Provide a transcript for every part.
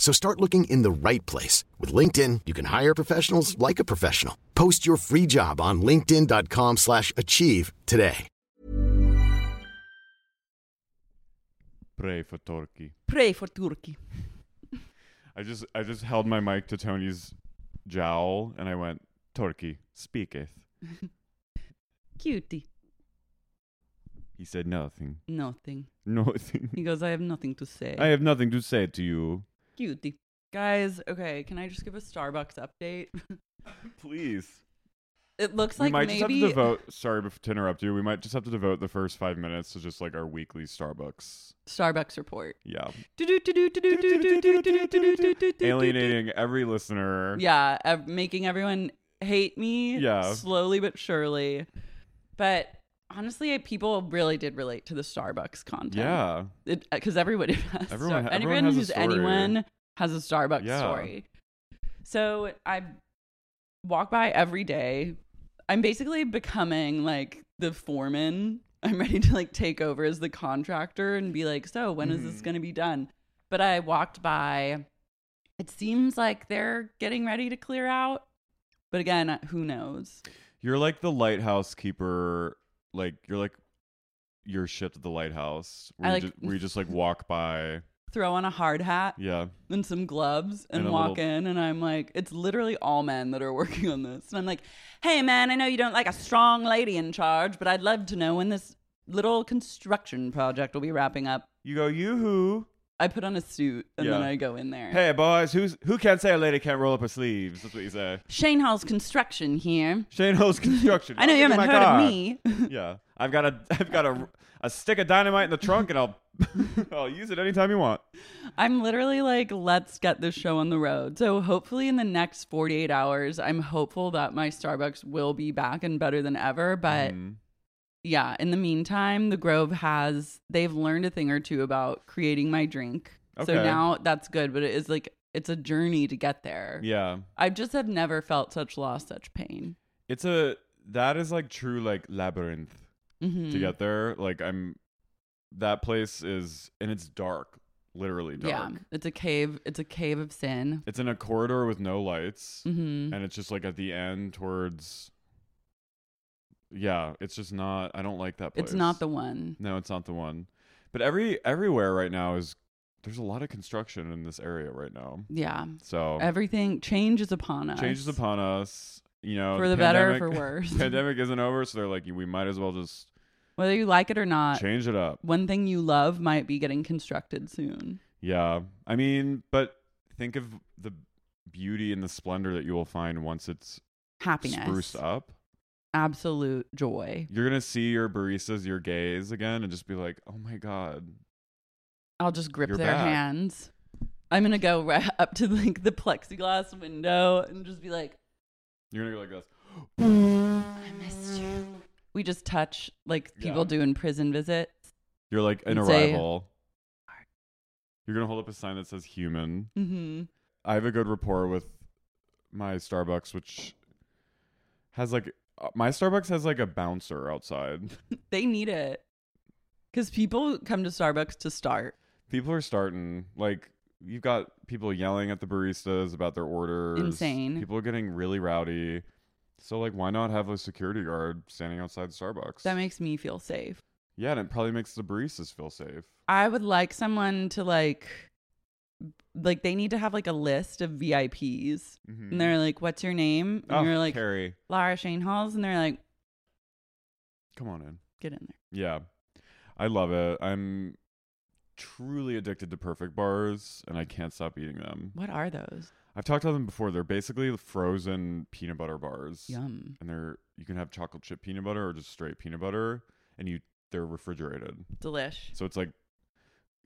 So start looking in the right place. With LinkedIn, you can hire professionals like a professional. Post your free job on linkedin.com slash achieve today. Pray for Turkey. Pray for Turkey. I just I just held my mic to Tony's jowl and I went, Turkey speaketh. Cutie. He said nothing. Nothing. Nothing. He goes, I have nothing to say. I have nothing to say to you. Cutie. Guys, okay, can I just give a Starbucks update? Please. it looks we like might just have maybe to devote sorry bef- to interrupt you. We might just have to devote the first five minutes to just like our weekly Starbucks. Starbucks report. Yeah. Alienating. Alienating every listener. Yeah, ev- making everyone hate me. Yeah. Slowly but surely. But honestly, I- people really did relate to the Starbucks content. Yeah. because uh, everybody has Everyone everyone, ha- everyone anyone has a who's story. anyone has a Starbucks Yeah. story. So I walk by every day. I'm basically becoming like the foreman. I'm ready to like take over as the contractor and be like, so when is this Mhm. going to be done? But I walked by. It seems like they're getting ready to clear out. But again, who knows? You're like the lighthouse keeper. Like you're like your ship at the lighthouse. Where I you like- just, where you just like walk by. Throw on a hard hat Yeah. and some gloves and, And a walk little- in and I'm like, it's literally all men that are working on this. And I'm like, hey man, I know you don't like a strong lady in charge, but I'd love to know when this little construction project will be wrapping up. You go yoo-hoo. I put on a suit and then Yeah. I go in there. Hey boys, who's who can't say a lady can't roll up her sleeves? That's what you say. Shane Hall's construction here. Shane Ho's construction. I know you Look at haven't heard my car. of me. Yeah, I've got a I've got a a stick of dynamite in the trunk, and I'll I'll use it anytime you want. I'm literally like, let's get this show on the road. So hopefully in the next 48 hours, I'm hopeful that my Starbucks will be back and better than ever. But Mhm. yeah, in the meantime, the Grove has they've learned a thing or two about creating my drink. Okay. So now that's good, but it is like it's a journey to get there. yeah, I just have never felt such loss, such pain. it's a that is like true like labyrinth Mhm. to get there. Like I'm that place is and it's dark, literally yeah, dark. it's a cave. It's a cave of sin. It's in a corridor with no lights, hmm and it's just like at the end towards. Yeah, it's just not. I don't like that place. It's not the one. No, it's not the one. But every everywhere right now is there's a lot of construction in this area right now. Yeah, So everything changes upon us. Oh. changes upon us. You know, For the better or for worse. pandemic isn't over, so they're like, we might as well just whether you like it or not. change it up. One thing you love might be getting constructed soon. Yeah, I mean, but think of the beauty and the splendor that you will find once it's Happiness, spruced up. absolute joy. You're gonna see your baristas, your gays again, and just be like, oh my god, I'll just grip You're their back. hands. I'm gonna go right up to like the plexiglass window and just be like, you're gonna go like this. "I missed you." We just touch like people Yeah. do in prison visits. You're like an And say- arrival. You're gonna hold up a sign that says human. hmm I have a good rapport with my Starbucks, which has like uh, my Starbucks has like a bouncer outside. They need it because people come to Starbucks to start. people are starting like you've got people yelling at the baristas about their orders. Insane. People are getting really rowdy. So like, why not have a security guard standing outside Starbucks? That makes me feel safe. yeah, and it probably makes the baristas feel safe. I would like someone to like like they need to have like a list of VIPs. Mhm. And they're like, "What's your name?" And oh, you're like, Carrie, "Lara Shane Halls." And they're like, come on in. "Get in there." Yeah, I love it. I'm truly addicted to perfect bars, and I can't stop eating them. What are those? I've talked about them before. They're basically frozen peanut butter bars. Yum. and they're you can have chocolate chip peanut butter or just straight peanut butter, and you they're refrigerated, Delish. so it's like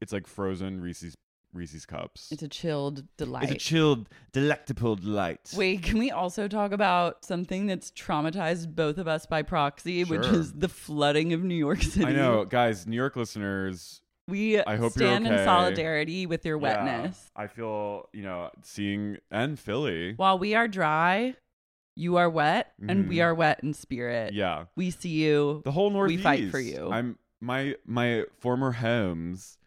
it's like frozen Reese's Reese's cups. It's a chilled delight. chilled, delectable delight. Wait, can we also talk about something that's traumatized both of us by proxy, which Sure. is the flooding of New York City? I know, guys, New York listeners, We I hope you're stand okay. in solidarity with your Yeah. wetness. I feel, you know, seeing and Philly. While we are dry, you are wet, and we Mhm. are wet in spirit. Yeah. We see you. The whole We Northeast. fight for you. I'm my my former homes,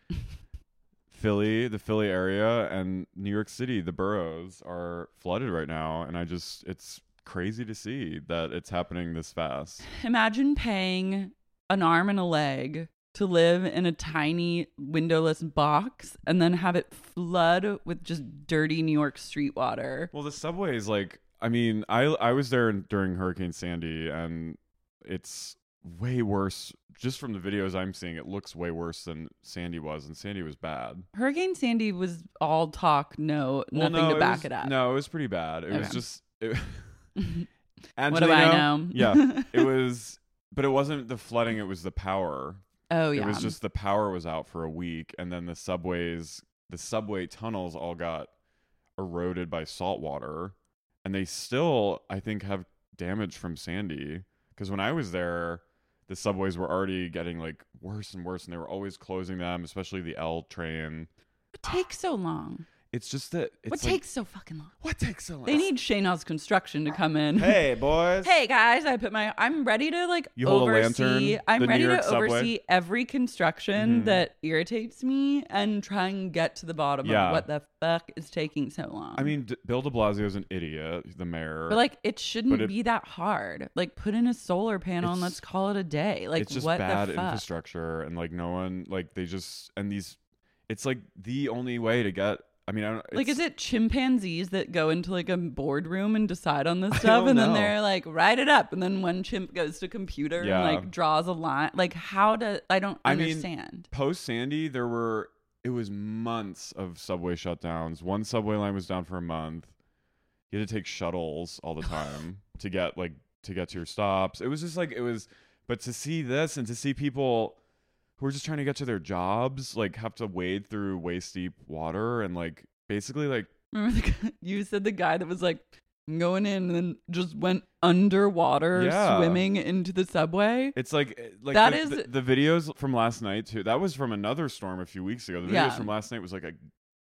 Philly, the Philly area, and New York City, the boroughs are flooded right now, and I just it's crazy to see that it's happening this fast. Imagine paying an arm and a leg to live in a tiny windowless box and then have it flood with just dirty New York street water. Well, the subway is like I mean, I I was there during Hurricane Sandy and it's way worse just from the videos I'm seeing it looks way worse than Sandy was and Sandy was bad. Hurricane Sandy was all talk, no Well, nothing no, to back was, it up. No, it was pretty bad. It was Okay. just. It, What do I Angelino? know? yeah, it was, but it wasn't the flooding. It was the power. Oh yeah. It was just the power was out for a week, and then the subways, the subway tunnels, all got eroded by salt water, and they still, I think, have damage from Sandy. Because when I was there, the subways were already getting like worse and worse, and they were always closing them, especially the L train. what takes so long? It's just that it's What like- takes so fucking long? what takes so long? They need Shane's construction to come in. Hey boys. Hey, guys, I put my I'm ready to like You hold a oversee lantern, I'm the New ready to York subway. oversee every construction Mhm. that irritates me and try and get to the bottom Yeah. of what the fuck is taking so long. I mean, D- Bill De Blasio's an idiot, the mayor. but like it shouldn't but it- be that hard. Like put in a solar panel and It's- let's call it a day. Like it's just what bad the fuck? infrastructure, and like no one, like they just and these. It's like the only way to get. I mean, I don't. Like, it's- is it chimpanzees that go into like a boardroom and decide on this I stuff, don't and then know. they're like, write it up, and then one chimp goes to computer Yeah. and like draws a line? Like, how do I don't I mean, understand? post Sandy? There were it was months of subway shutdowns. One subway line was down for a month. You had to take shuttles all the time to get like to get to your stops. It was just like it was. But to see this and to see people who are just trying to get to their jobs, like have to wade through waist deep water and like basically like Remember, the guy, you said the guy that was like "I'm going in and then just went underwater Yeah. swimming into the subway. It's like eh, like That the, is- the, the videos from last night too. That was from another storm a few weeks ago. The videos Yeah. from last night was like a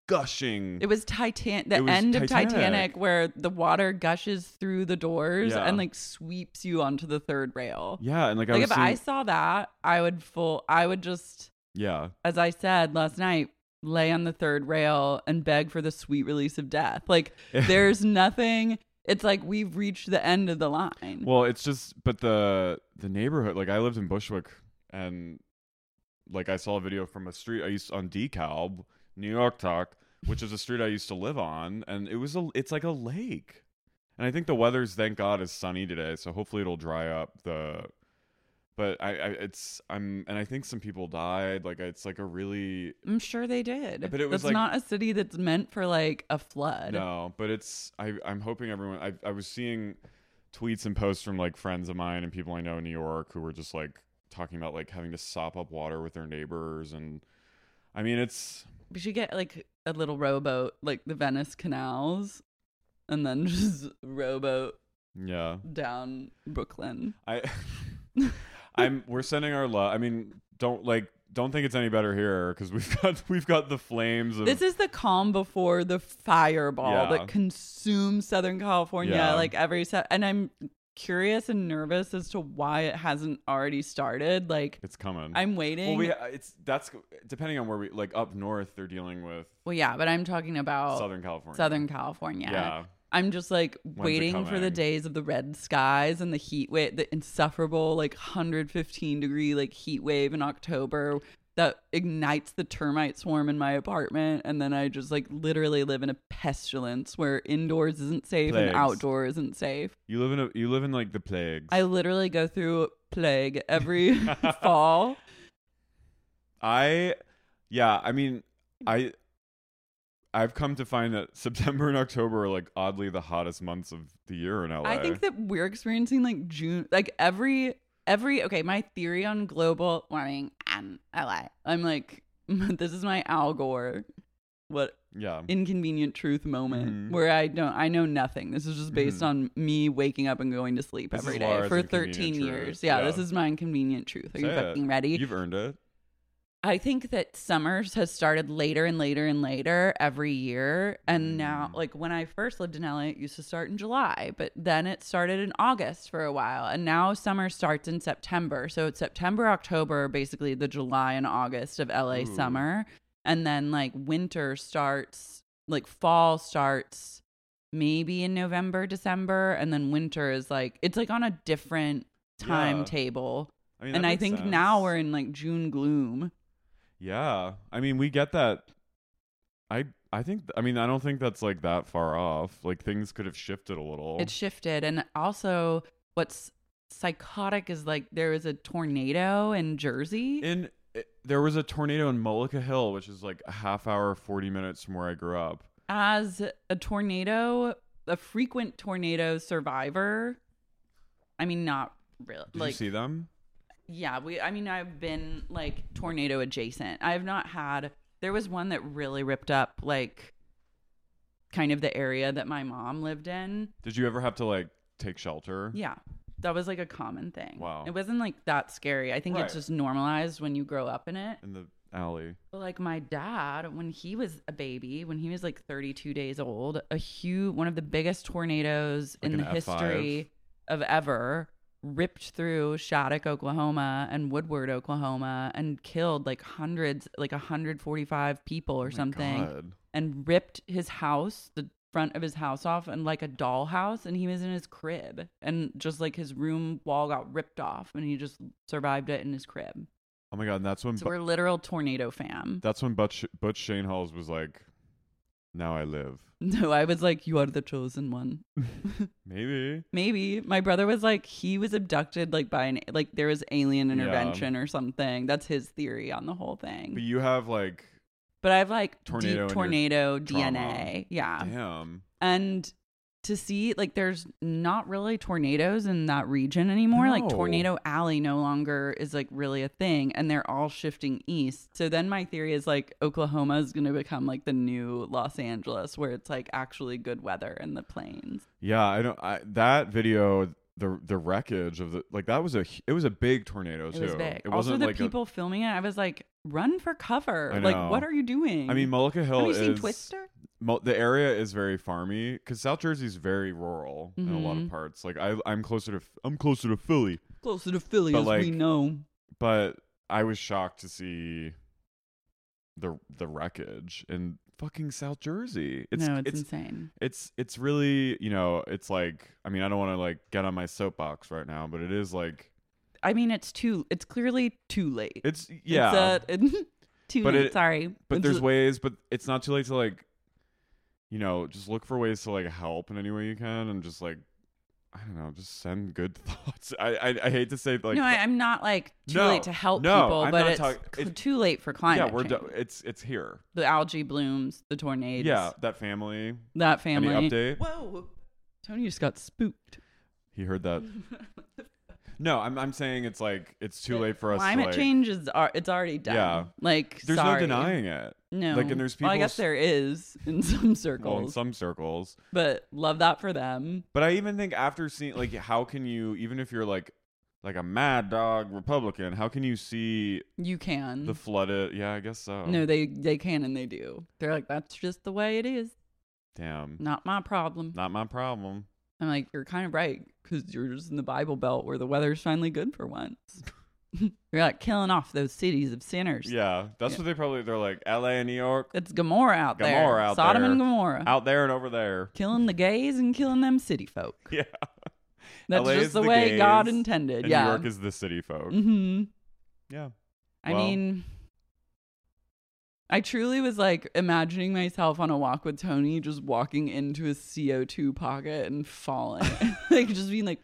gushing. It was Titan the It was end of Titanic. Titanic where the water gushes through the doors Yeah. and like sweeps you onto the third rail. yeah, and like, I like was if I seeing- saw that, I would full I would just yeah, as I said last night, lay on the third rail and beg for the sweet release of death. Like there's nothing. It's like we've reached the end of the line. Well, it's just but the the neighborhood. Like I lived in Bushwick, and like I saw a video from a street I used on DeKalb, New York Talk, which is a street I used to live on, and it was a it's like a lake. And I think the weather's thank God is sunny today, so hopefully it'll dry up the. But I, I it's I'm and I think some people died. Like it's like a really I'm sure they did. But it was that's like- not a city that's meant for like a flood. No, but it's I I'm hoping everyone I I was seeing tweets and posts from like friends of mine and people I know in New York who were just like talking about like having to sop up water with their neighbors and I mean it's We should get like a little rowboat, like the Venice canals, and then just rowboat yeah. down Brooklyn. I I'm we're sending our love. I mean, don't like don't think it's any better here cuz we've got we've got the flames of This is the calm before the fireball Yeah. that consumes Southern California Yeah. like every se- and I'm curious and nervous as to why it hasn't already started. Like it's coming. I'm waiting. Well, we it's that's depending on where we like up north they're dealing with Well, yeah, but I'm talking about Southern California. Oh, Southern California. Yeah. I'm just like it waiting for the coming? days of the red skies and the heat wave, the insufferable like 115 degree like heat wave in October that ignites the termite swarm in my apartment and then i just like literally live in a pestilence where indoors isn't safe Plagues. and outdoor isn't safe You live in a you live in like the plagues. i literally go through plague every fall I yeah, I mean I I've come to find that September and October are like oddly the hottest months of the year in LA. I think that we're experiencing like June, like every every okay. My theory on global warming and LA. I'm like, this is my Al Gore, what yeah. inconvenient truth Mhm. moment where I don't, I know nothing. This is just based Mhm. on me waking up and going to sleep This every is day Laura's for inconvenient 13 truth. years. Yeah, Yeah. this is my inconvenient truth. Are you Say it. fucking ready? You've earned it. I think that summers has started later and later and later every year. And now, Mm. like when I first lived in LA, it used to start in July, but then it started in August for a while. And now summer starts in September. So it's September, October, basically the July and August of LA Ooh. summer. And then like winter starts, like fall starts maybe in November, December. And then winter is like, it's like on a different Yeah. timetable. I mean, and that I makes think sense. now we're in like June gloom. Yeah. I mean, we get that. I I think I mean, I don't think that's like that far off. Like things could have shifted a little. It shifted. And also, what's psychotic is like there was a tornado in Jersey. in it, there was a tornado in Mullica Hill, which is like a half hour, 40 minutes from where I grew up. As a tornado, a frequent tornado survivor, I mean, not really. Did like, you see them? yeah, we, I mean, I've been like tornado adjacent. I've not had, there was one that really ripped up like kind of the area that my mom lived in. Did you ever have to like take shelter? Yeah. That was like a common thing. Wow. It wasn't like that scary. I think Right. it's just normalized when you grow up in it. In the alley. But like my dad, when he was a baby, when he was like 32 days old, a huge one of the biggest tornadoes Like in the an F5. history of ever ripped through Shattuck, Oklahoma, and Woodward, Oklahoma, and killed like hundreds, like 145 people or Oh my something, God. and ripped his house, the front of his house off, and like a dollhouse, and he was in his crib, and just like his room wall got ripped off, and he just survived it in his crib. Oh my god, and that's when So Bu- we're literal tornado fam. that's when Butch Butch Shane Halls was like, Now I live. No, I was like, you are the chosen one. Maybe. Maybe my brother was like, he was abducted like by an like there was alien Yeah. intervention or something. That's his theory on the whole thing. But But, you have like I have like Tornado in your deep tornado trauma. DNA. Yeah, damn. and to see like there's not really tornadoes in that region anymore like No. tornado alley no longer is like really a thing and they're all shifting east so then my theory is like oklahoma is going to become like the new los angeles where it's like actually good weather in the plains Yeah, I don't I that video the the wreckage of the like that was a hu- it was a big tornado it too. was big It also wasn't the like a- people filming it i was like run for cover I like know. what are you doing I mean Mullica Hill have you is seen twister Mo- the area is very farmy because South Jersey's very rural in a lot of Mhm. parts. Like I, I'm closer to F- I'm closer to Philly, closer to philly But, as we like, know but I was shocked to see the the wreckage in fucking South Jersey. It's no it's, it's it's, insane it's really you know it's like I mean I don't want to like get on my soapbox right now, but it is like i mean it's too it's clearly too late it's yeah, It's a, too But late. it- sorry. but It's there's a- ways, but it's not too late to like you know just look for ways to like help in any way you can and just like. I don't know. Just send good thoughts. I I, I hate to say like no, I, I'm not like too No, late to help no, people, I'm but not it's talk- c- it's- too late for climate yeah, we're change. do- it's it's here. the algae blooms, the tornadoes. Yeah, that family. that family. Any update? Whoa, Tony just got spooked. He heard that. No, I'm I'm saying it's like it's too late for us. to, climate like- change is ar- it's already done. Yeah. like There's sorry. no denying it. No, Like, and there's Well, I people guess s- there is in some circles, Well, in some circles, but love that for them. but I even think after seeing like how can you even if you're like like a mad dog Republican, how can you see You can. the oh. flooded? Yeah, I guess so. Mm. no, they they can and they do. They're like that's just the way it is. damn, Not my problem. not my problem. I'm like, you're kind of right because you're just in the Bible Belt where the weather's finally good for once. you're like killing off those cities of sinners. Yeah, that's Yeah. what they probably they're like L.A. and New York It's Gomorrah out there. Gomorrah out Sodom and there. Gomorrah. out there and over there. Killing the gays and killing them city folk. Yeah, That's LA just is the, the way gays, God and intended. and yeah. Mm. Mm-hmm. New York is the city folk. hmm Yeah, I Well. mean, I truly was like imagining myself on a walk with Tony, just walking into his CO2 pocket and falling. like just being like,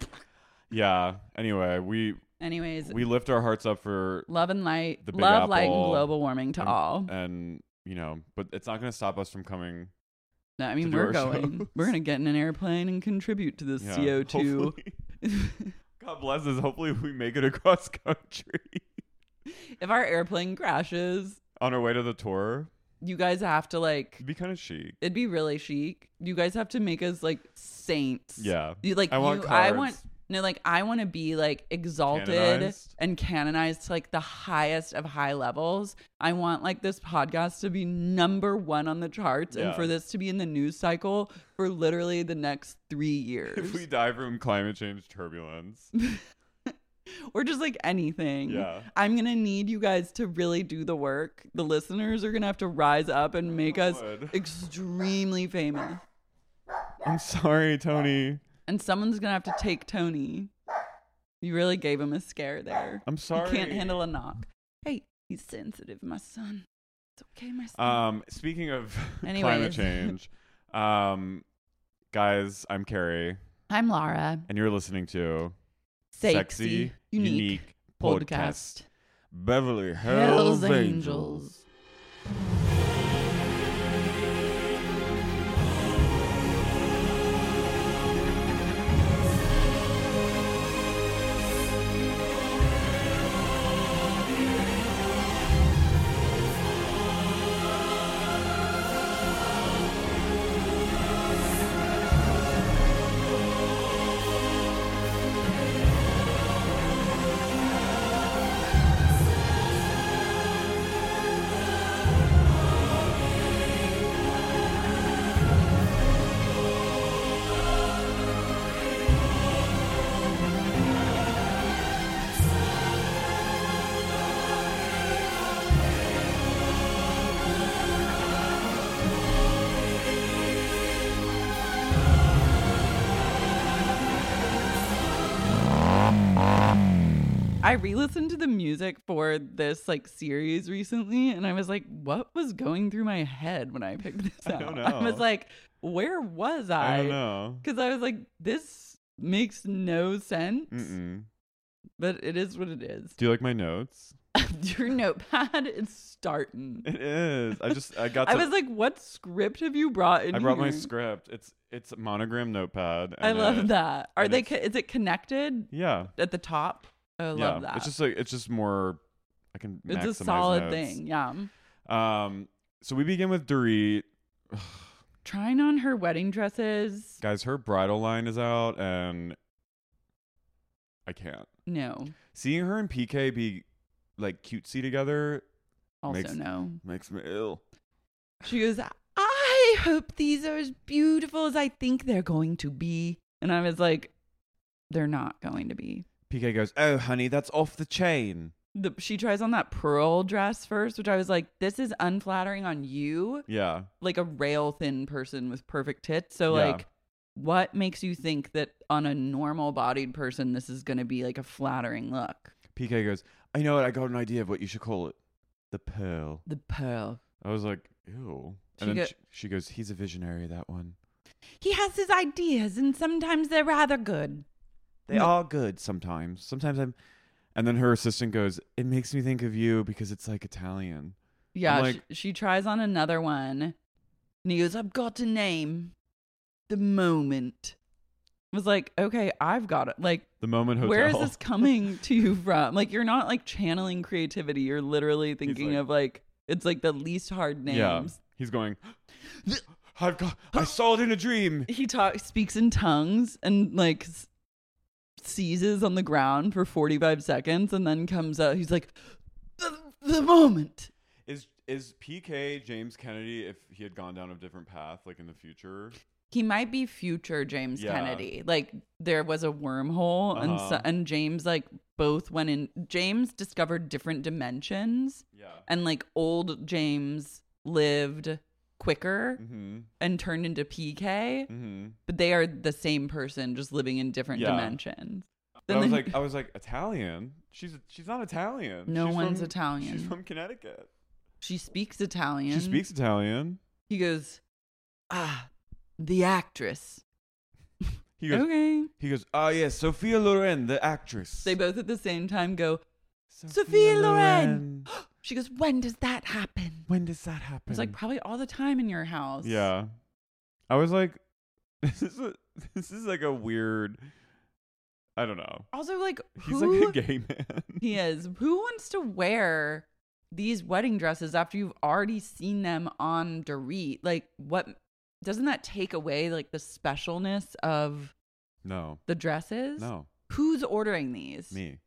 Yeah. Anyway, we anyways, we lift our hearts up for love and light, The Big love, light, and Apple global warming to and- all. and you know, but it's not going to stop us from coming. No, I to mean, do we're our going. shows. We're gonna get in an airplane and contribute to this Yeah, CO2. hopefully- God bless us. Hopefully, we make it across country if our airplane crashes, on our way to the tour. you guys have to like. It'd be kind of chic. It'd be really chic. You guys have to make us like saints. Yeah. You like I want you, I cards. want no like I want to be like exalted Canonized? and canonized to like the highest of high levels. I want like this podcast to be number 1 on the charts Yeah. and for this to be in the news cycle for literally the next 3 years If we die from climate change turbulence, or just like anything. Yeah. I'm going to need you guys to really do the work. The listeners are going to have to rise up and make us would. extremely famous. I'm sorry, Tony. And someone's going to have to take Tony. You really gave him a scare there. I'm sorry. He can't handle a knock. Hey, he's sensitive, my son. It's okay, my son. Um, speaking of climate Anyways. change, um, guys, I'm Carrie, I'm Laura. and you're listening to Sexy, Sexy unique, Podcast, podcast. Beverly Hills, Hells Angels. Angels. I re-listened to the music for this like series recently, and I was like, "What was going through my head when I picked this I out?" don't I was know. like, "Where was I don't I?" know. Because I, was like, "This makes no sense," Mm-mm. but it is what it is. Do you like my notes? Your notepad is starting. It is. I just I got. To, I was like, "What script have you brought in?" I brought my here?" script. It's it's a monogram notepad. I and love it- that. Are and they? Co- it's- is it connected Yeah. at the top? yeah. I love that. It's just like it's just more. I can. It's maximize a solid notes. thing. Yeah. Um. So we begin with Dorit. Trying on her wedding dresses. Guys, her bridal line is out, and I can't. No. Seeing her and PK be like cutesy together Also Makes- no. makes me ill. She goes, I hope these are as beautiful as I think they're going to be. And I was like, they're not going to be. PK goes, "Oh, honey, that's off the chain." The, she tries on that pearl dress first, which I was like, this is unflattering on you, Yeah. like a rail thin person with perfect tits. So, Yeah. like, what makes you think that on a normal bodied person, this is going to be like a flattering look? PK goes, "I know it. I got an idea of what you should call it, the pearl." The pearl. I was like, "Ew." She and then go- she, she goes, "He's a visionary. That one. He has his ideas, and sometimes they're rather good. They are good sometimes. Sometimes I'm." And then her assistant goes, "It makes me think of you because it's like Italian." Yeah, I'm sh- like- she, tries on another one. And he goes, I've got a name. The moment. I was like, okay, I've got it. Like, The moment hotel. where is this coming to you from? Like, you're not like channeling creativity. You're literally thinking like- of like, it's like the least hard names. Yeah. He's going, I've got, I saw it in a dream. He talks, speaks in tongues and like s- seizes on the ground for 45 seconds and then comes out. He's like, the, the moment. Is is PK James Kennedy if he had gone down a different path, like in the future? he might be future James Yeah. Kennedy. Like there was a wormhole, and so, Uh-huh. and James like both went in. James discovered different dimensions, Yeah. and like old James lived quicker Mm-hmm. and turned into PK, Mm-hmm. but they are the same person, just living in different Yeah. dimensions. I was they- like, I was like Italian. She's she's not Italian. No She's one's from- Italian. She's from Connecticut. She speaks Italian. She speaks Italian. He goes, ah, the actress. He goes. okay. He goes. Oh yes, Sophia Loren, the actress. They both at the same time go, Sophia Loren. she goes, when does that happen? When does that happen? It's like probably all the time in your house. Hmm. Yeah. I was like, this is a, this is like a weird. I don't know. Also, like, He's who like a gay man. he is. Who wants to wear these wedding dresses after you've already seen them on Dorit? Like, what doesn't that take away like the specialness of no. the dresses? No. Who's ordering these? Me.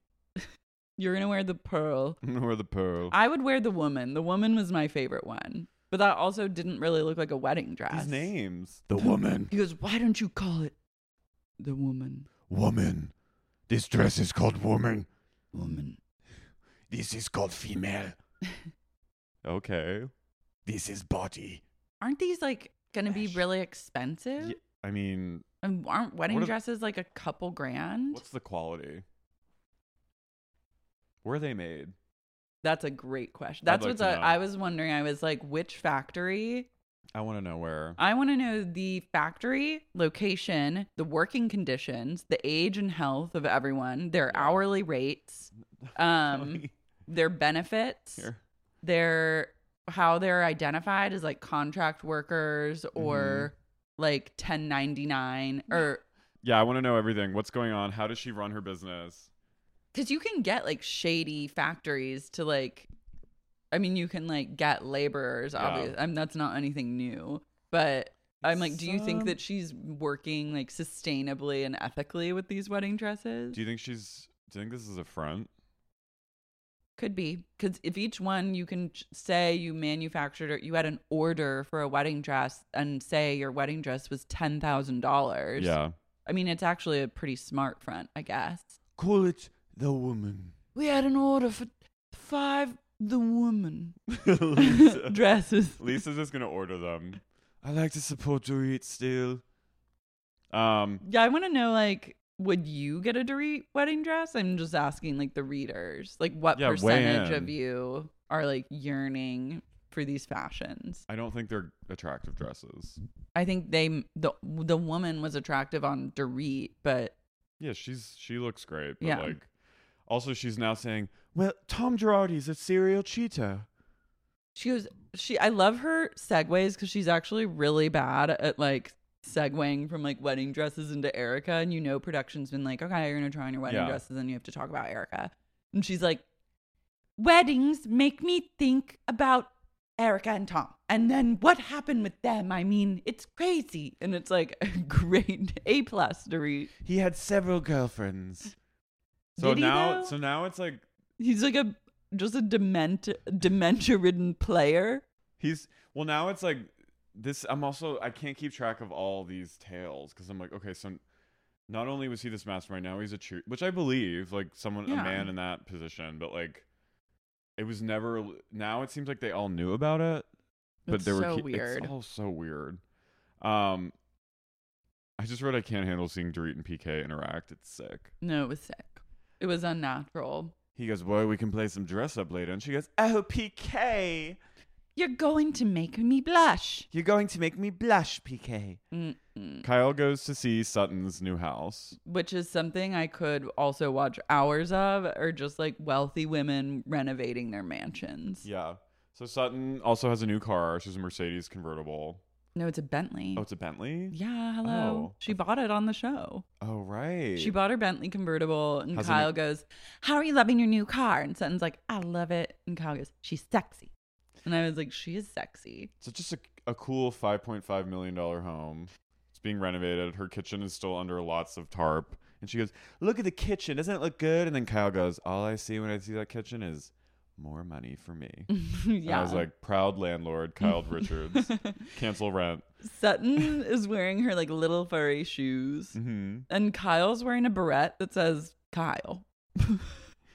You're gonna wear the pearl. or the pearl. I would wear the woman. The woman was my favorite one, but that also didn't really look like a wedding dress. These names. The woman. He goes, "Why don't you call it the woman? Woman. This dress is called woman. Woman." This is called female. okay. This is body. Aren't these like gonna be really expensive? Ye- I mean, And aren't wedding What are- dresses like a couple grand? what's the quality? Where are they made? That's a great question. That's like what's to I know. I was wondering. I was like, which factory? I want to know where. I want to know the factory, location, the working conditions, the age and health of everyone, their hourly rates, um, their benefits, Here. their how they're identified as like contract workers or like 1099 or Mm-hmm. Yeah, I want to know everything. What's going on? How does she run her business? because you can get like shady factories to like i mean you can like get laborers Yeah. obviously i mean that's not anything new but i'm like do you think Some- that she's working like sustainably and ethically with these wedding dresses Do you think she's? Do you think this is a front? could be because if each one you can ch- say you manufactured or you had an order for a wedding dress and say your wedding dress was $10000 Yeah. i mean it's actually a pretty smart front i guess Call it the woman. we had an order for five the woman Lisa. dresses. Lisa's just gonna order them. I like to support to eat still. Um, Yeah, I want to know like, would you get a Dorit wedding dress? I'm just asking like the readers, like what Yeah, weigh percentage in. of you are like yearning for these fashions? I don't think they're attractive dresses. I think they the the woman was attractive on Dorit, but Yeah, she's she looks great, but Yeah. like, also she's now saying, "Well, Tom Girardi's a serial cheater." she goes she I love her segues because she's actually really bad at like segueing from like wedding dresses into Erica, and you know production's been like, okay, you're gonna try on your wedding Yeah. dresses, and you have to talk about Erica, and she's like, weddings make me think about Erica and Tom, and then what happened with them? I mean, it's crazy, and it's like a great A plus to read. He had several girlfriends. So Did he, now, though? so now it's like He's like a just a dement dementia ridden player. He's well now it's like this I'm also I can't keep track of all these tales cuz I'm like okay so not only was he this mastermind now he's a cheer which I believe like someone Yeah. a man in that position but like it was never now it seems like they all knew about it but It's there were so ki- weird. it's all so weird. Um I just wrote I can't handle seeing Dorit and PK interact. It's sick. No, it was sick. It was unnatural. He goes, "Boy, we can play some dress up later." And she goes, "Oh, PK, You're going to make me blush. you're going to make me blush, PK." Mm-mm. Kyle goes to see Sutton's new house. Which is something I could also watch hours of, or just like wealthy women renovating their mansions. Yeah. So Sutton also has a new car. She's a Mercedes convertible. No, it's a Bentley. Oh, it's a Bentley? Mm. yeah, hello. Oh. She bought it on the show. Oh, right. She bought her Bentley convertible, and Has a new- Kyle goes, How are you loving your new car? And Sutton's like, I love it. And Kyle goes, She's sexy. And I was like, She is sexy. so just a, a cool $5.5 million home. It's being renovated. Her kitchen is still under lots of tarp. And she goes, Look at the kitchen. Doesn't it look good? And then Kyle goes, All I see when I see that kitchen is more money for me. And yeah. I was like, Proud landlord, Kyle Richards. Cancel rent. Sutton is wearing her like little furry shoes. hmm and Kyle's wearing a beret that says Kyle.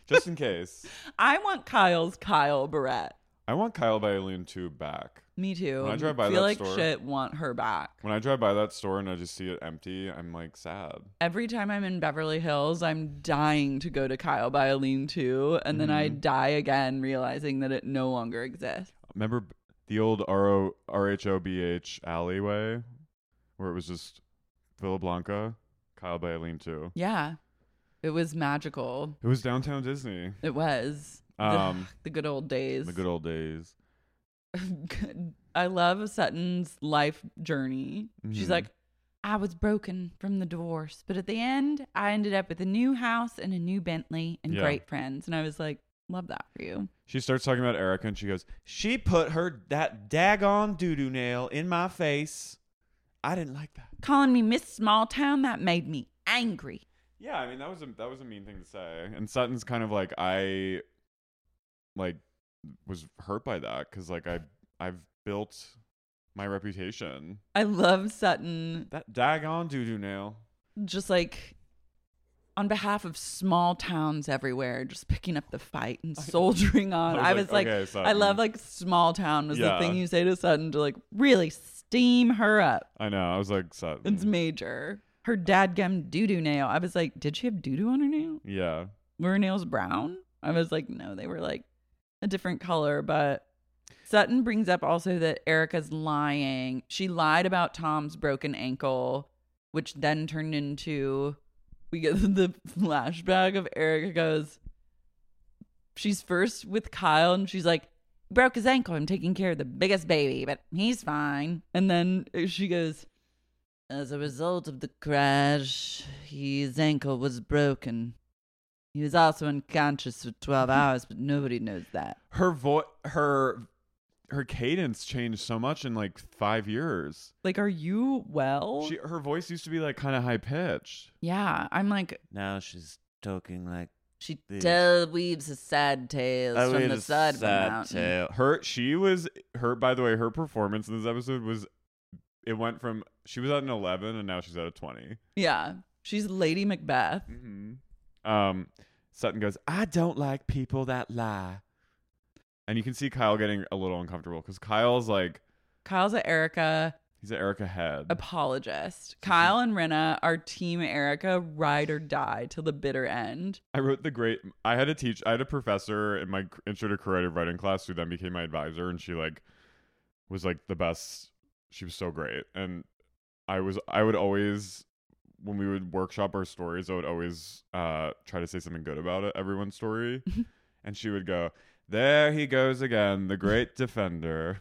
Just in case. I want Kyle's Kyle beret. I want Kyle by Alien 2 back. Me too. When I drive by feel that like store- shit. Want her back. When I drive by that store and I just see it empty, I'm like sad. Every time I'm in Beverly Hills, I'm dying to Mm-hmm. go to Kyle by Aline too, and then I die again realizing that it no longer exists. remember b- the old R O R H O B H alleyway where it was just Villa Blanca, Kyle Bay lean to. Yeah. It was magical. It was downtown Disney. It was. Um, the, the good old days. in the good old days. Good- I love Sutton's life journey. She's Mhm. like, I was broken from the divorce, but at the end, I ended up with a new house and a new Bentley and Yeah. great friends. And I was like, love that for you. She starts talking about Erica and she goes, She put her that daggone doo-doo nail in my face. I didn't like that. Calling me Miss Small Town, that made me angry. Yeah, I mean that was a that was a mean thing to say. And Sutton's kind of like I like was hurt by that cuz like I I've built my reputation. I love Sutton That daggone doo-doo nail. just like on behalf of small towns everywhere, just picking up the fight and soldiering on. I was like, okay, I Sutton. love like small town was the Yeah. thing you say to Sutton to like really steam her up. I know. I was like Sutton. It's major. Her dadgum doo doo nail. I was like, did she have doo doo on her nail? Yeah. Were her nails brown? I was like, no, they were like a different color. But Sutton brings up also that Erica's lying. She lied about Tom's broken ankle, which then turned into we get the flashback of Erica goes, she's first with Kyle and she's like, broke his ankle. I'm taking care of the biggest baby, but he's fine. And then she goes, as a result of the crash, his ankle was broken. He was also unconscious for 12 hours, but nobody knows that. Her voice her her cadence changed so much in like 5 years. Like, are you well? She her voice used to be like kind of high pitched. yeah, I'm like, Now she's talking like she This. tell weaves a sad tales I from mean, the a side of the sad mountain. tale. Her she was her by the way her performance in this episode was it went from she was at an 11 and now she's at a 20. Yeah, she's Lady Macbeth. Mm-hmm. Um, Sutton goes, I don't like people that lie. And you can see Kyle getting a little uncomfortable because Kyle's like, Kyle's a Erica he's an Erica head. apologist. Kyle and Renna are Team Erica, ride or die till the bitter end. I wrote the great, I had a teach, I had a professor in my cr- intro to creative writing class who then became my advisor. And she like was like the best. She was so great. And I was, I would always, when we would workshop our stories, I would always uh, try to say something good about it, everyone's story. Mm-hmm. and she would go, There he goes again, the great defender.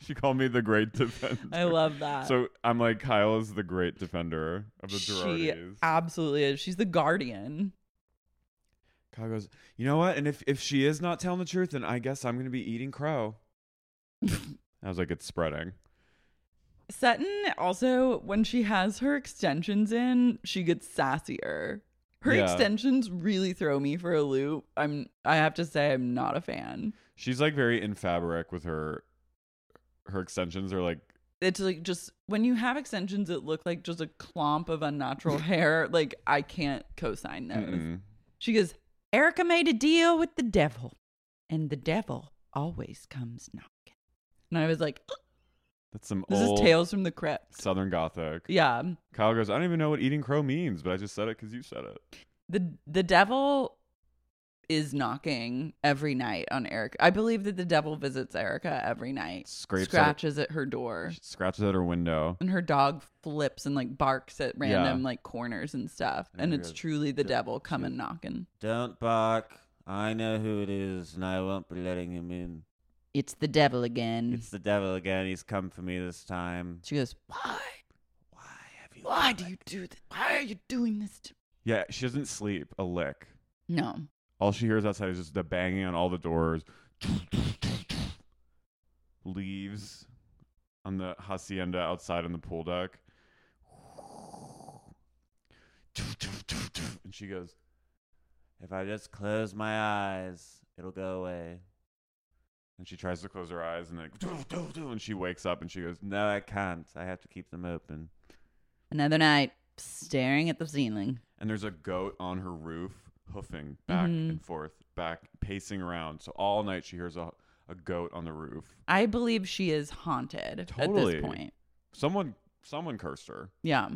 she called me the great defender. I love that. So I'm like, Kyle is the great defender of the she Durodes. absolutely is. She's the guardian. Kyle goes, You know what? And if, if she is not telling the truth, then I guess I'm going to be eating crow. I was like, It's spreading. Sutton also, when she has her extensions in, she gets sassier. Her Yeah. extensions really throw me for a loop. I'm I have to say I'm not a fan. She's like very in fabric with her. Her extensions are like, It's like just when you have extensions that look like just a clump of unnatural hair, like I can't co-sign those. mm-mm. She goes, Erica made a deal with the devil, and the devil always comes knocking. And I was like, that's some this old is Tales from the Crypt. Southern Gothic. yeah. Kyle goes, I don't even know what eating crow means, but I just said it because you said it. The the devil is knocking every night on Erica. I believe that the devil visits Erica every night. Scrapes at- scratches at her door. She scratches at her window. And her dog flips and like barks at Yeah. random like corners and stuff. And And he it's goes, truly the "Don't devil coming shoot." knocking. Don't bark. I know who it is, and I won't be letting him in. It's the devil again. It's the devil again. He's come for me this time. she goes, Why? Why have you? Why do you do this? Why are you doing this to Yeah, she doesn't sleep a lick. No. All she hears outside is just the banging on all the doors, leaves on the hacienda outside on the pool deck. And she goes, If I just close my eyes, it'll go away. and she tries to close her eyes, and then and she wakes up and she goes, No, I can't. I have to keep them open. Another night staring at the ceiling. and there's a goat on her roof hoofing back Mhm. and forth, back pacing around. So all night she hears a a goat on the roof. I believe she is haunted at Totally. this point. Someone someone cursed her. Yeah.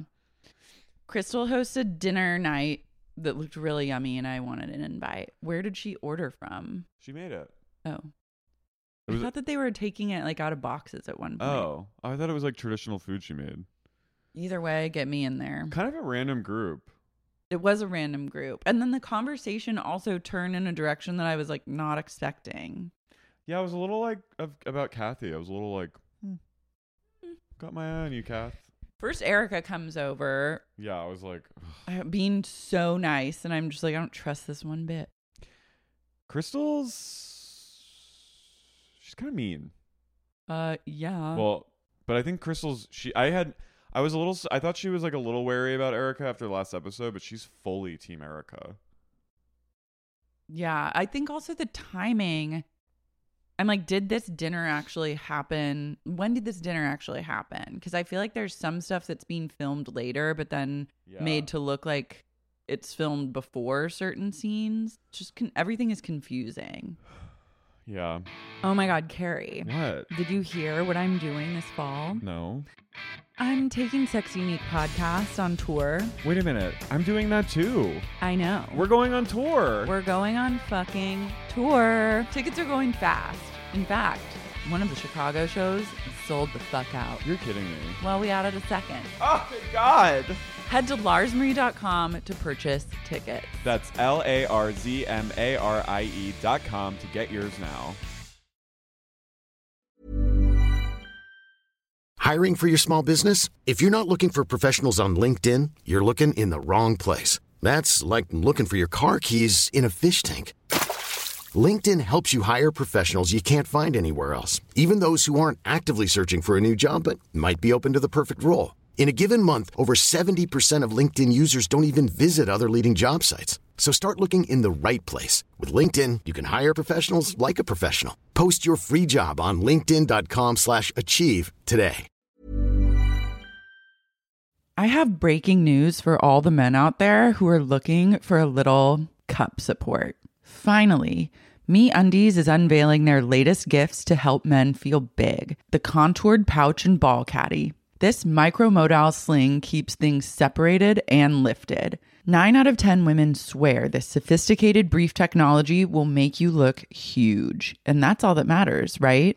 Crystal hosted dinner night that looked really yummy and I wanted an invite. Where did she order from? She made it. Oh. It was- I thought that they were taking it like out of boxes at one point. Oh, I thought it was like traditional food she made. Either way, get me in there. Kind of a random group. It was a random group. And then the conversation also turned in a direction that I was like not expecting. Yeah, I was a little like of, about Kathy. I was a little like, hmm, got my eye on you, Kath. First, Erica comes over, Yeah, I was like, uh, being so nice. And I'm just like, I don't trust this one bit. Crystal's. She's kind of mean. Uh, yeah. Well, but I think Crystal's. She, I had, I was a little. s- I thought she was like a little wary about Erica after the last episode, but she's fully Team Erica. Yeah, I think also the timing. I'm like, did this dinner actually happen? When did this dinner actually happen? Because I feel like there's some stuff that's being filmed later, but then Yeah. made to look like it's filmed before certain scenes. Just con- everything is confusing. Yeah. Oh my God, Carrie. What? Did you hear what I'm doing this fall? No. I'm taking Sex Unique podcast on tour. Wait a minute. I'm doing that too. I know. We're going on tour. We're going on fucking tour. Tickets are going fast. In fact, one of the Chicago shows sold the fuck out. You're kidding me. Well, we added a second. Oh my god. Head to larsmarie.com to purchase tickets. That's L A R Z M A R I E dot com to get yours now. Hiring for your small business? If you're not looking for professionals on LinkedIn, you're looking in the wrong place. That's like looking for your car keys in a fish tank. LinkedIn helps you hire professionals you can't find anywhere else, even those who aren't actively searching for a new job but might be open to the perfect role. In a given month, over 70% of LinkedIn users don't even visit other leading job sites. So start looking in the right place. With LinkedIn, you can hire professionals like a professional. Post your free job on linkedin.com/achieve slash achieve today. I have breaking news for all the men out there who are looking for a little cup support. Finally, Me Undies is unveiling their latest gifts to help men feel big the contoured pouch and ball caddy. This micromodal sling keeps things separated and lifted. Nine out of 10 women swear this sophisticated brief technology will make you look huge. And that's all that matters, right?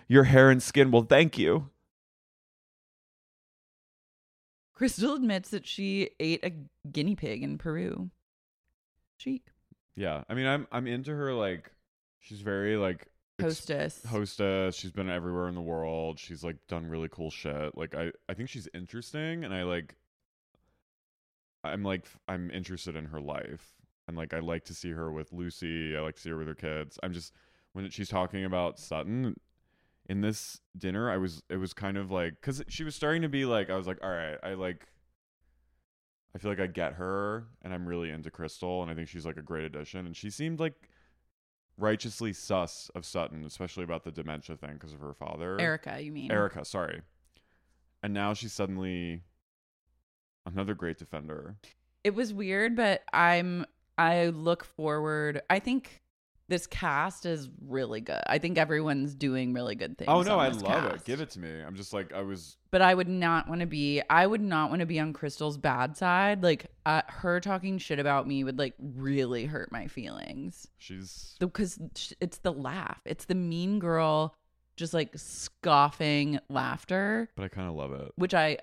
Your hair and skin will thank you. Crystal admits that she ate a guinea pig in Peru. Chic. Yeah, I mean, I'm I'm into her. Like, she's very like ex- Hostess. hostess. She's been everywhere in the world. She's like done really cool shit. Like, I I think she's interesting, and I like. I'm like f- I'm interested in her life, and like I like to see her with Lucy. I like to see her with her kids. I'm just when she's talking about Sutton in this dinner, I was it was kind of like because she was starting to be like I was like all right, I like I feel like I get her, and I'm really into Crystal, and I think she's like a great addition. And she seemed like righteously sus of Sutton, especially about the dementia thing because of her father, Erica, you mean? Erica, sorry. And now she's suddenly another great defender. it was weird, but I'm I look forward. I think this cast is really good. I think everyone's doing really good things. Oh no, on I this love cast. it. Give it to me. I'm just like I was. But I would not want to be. I would not want to be on Crystal's bad side. Like uh, her talking shit about me would like really hurt my feelings She's because sh- it's the laugh. It's the mean girl, just like scoffing laughter. but I kind of love it. which I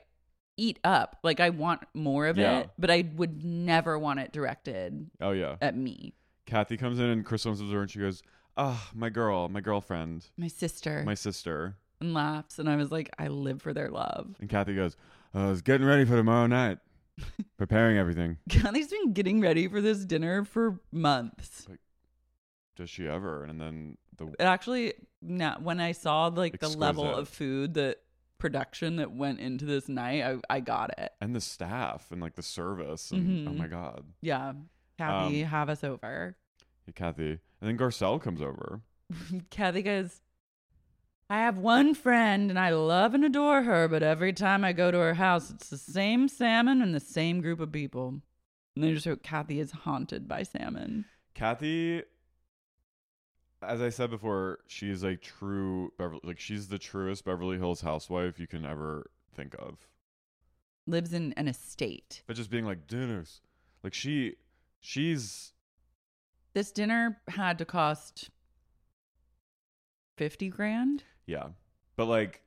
eat up. Like I want more of Yeah. it, but I would never want it directed Oh yeah. at me, Kathy comes in and Crystal comes over and she goes, "Ah, my girl, my girlfriend, my sister, my sister." and laughs. And I was like, I live for their love. And Kathy goes, "I was getting ready for tomorrow night, preparing everything." Kathy's been getting ready for this dinner for months. Does she ever? And then the It actually, now when I saw like the level Exquisite. of food that production that went into this night, I, I got it. and the staff and like the service. And, Oh Mhm. my god, Yeah. Kathy, Um, have us over. Hey, Kathy. And then Garcelle comes over. Kathy goes, I have one friend and I love and adore her, but every time I go to her house, it's the same salmon and the same group of people. And they just wrote, Kathy is haunted by salmon. Kathy, as I said before, she is a true Beverly. Like she's the truest Beverly Hills housewife you can ever think of. Lives in an estate. But just being like dinners, like she, she's This dinner had to cost 50 grand. yeah. But like,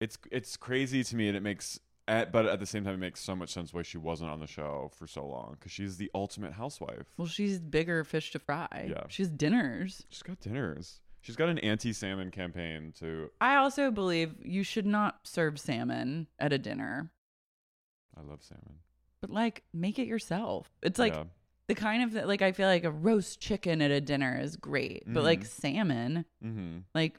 it's it's crazy to me, and it makes. At, but at the same time, it makes so much sense why she wasn't on the show for so long because she's the ultimate housewife. Well, she's bigger fish to fry. Yeah. She's dinners. She's got dinners. She's got an anti-salmon campaign to. I also believe you should not serve salmon at a dinner, I love salmon. but like make it yourself. It's like Yeah. the kind of like I feel like a roast chicken at a dinner is great, but like Mhm. salmon, Mhm. like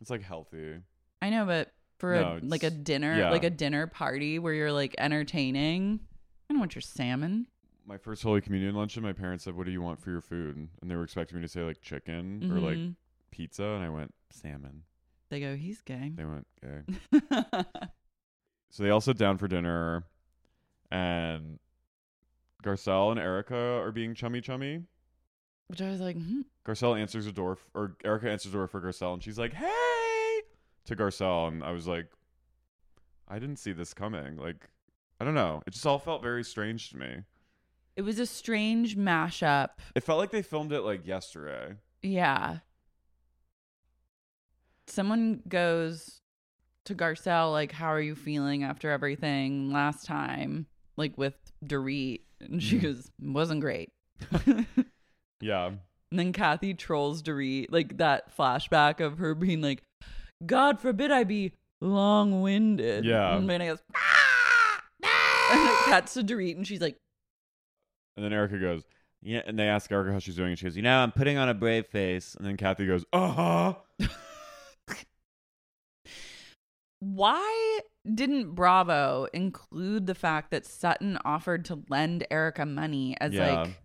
It's like healthy. I know, but for No, a it's- like a dinner, yeah. like a dinner party where you're like entertaining, I don't want your salmon. my first Holy Communion luncheon, my parents said, "What do you want for your food?" And they were expecting me to say like chicken or like Mhm. pizza, and I went salmon. they go, he's gay. They went okay. so they all sit down for dinner, and Garcelle and Erica are being chummy chummy. Which I was like, hmm. Garcelle answers the door, f- or Erica answers the door for Garcelle, and she's like, "Hey!" to Garcelle, and I was like, "I didn't see this coming." Like, I don't know. It just all felt very strange to me. it was a strange mashup. It felt like they filmed it like yesterday. Yeah. Someone goes to Garcelle, like, how are you feeling after everything last time? Like with Dorit. And she goes, wasn't great. and Yeah. then Kathy trolls Dorit, like that flashback of her being like, God forbid I be long winded. Yeah. And Lana goes, "Ah! Ah!" and it cuts to Dorit and she's like, And then Erica goes, yeah, and they ask Erica how she's doing, and she goes, you know, I'm putting on a brave face. And then Kathy goes, uh huh. why didn't Bravo include the fact that Sutton offered to lend Erica money as Yeah. like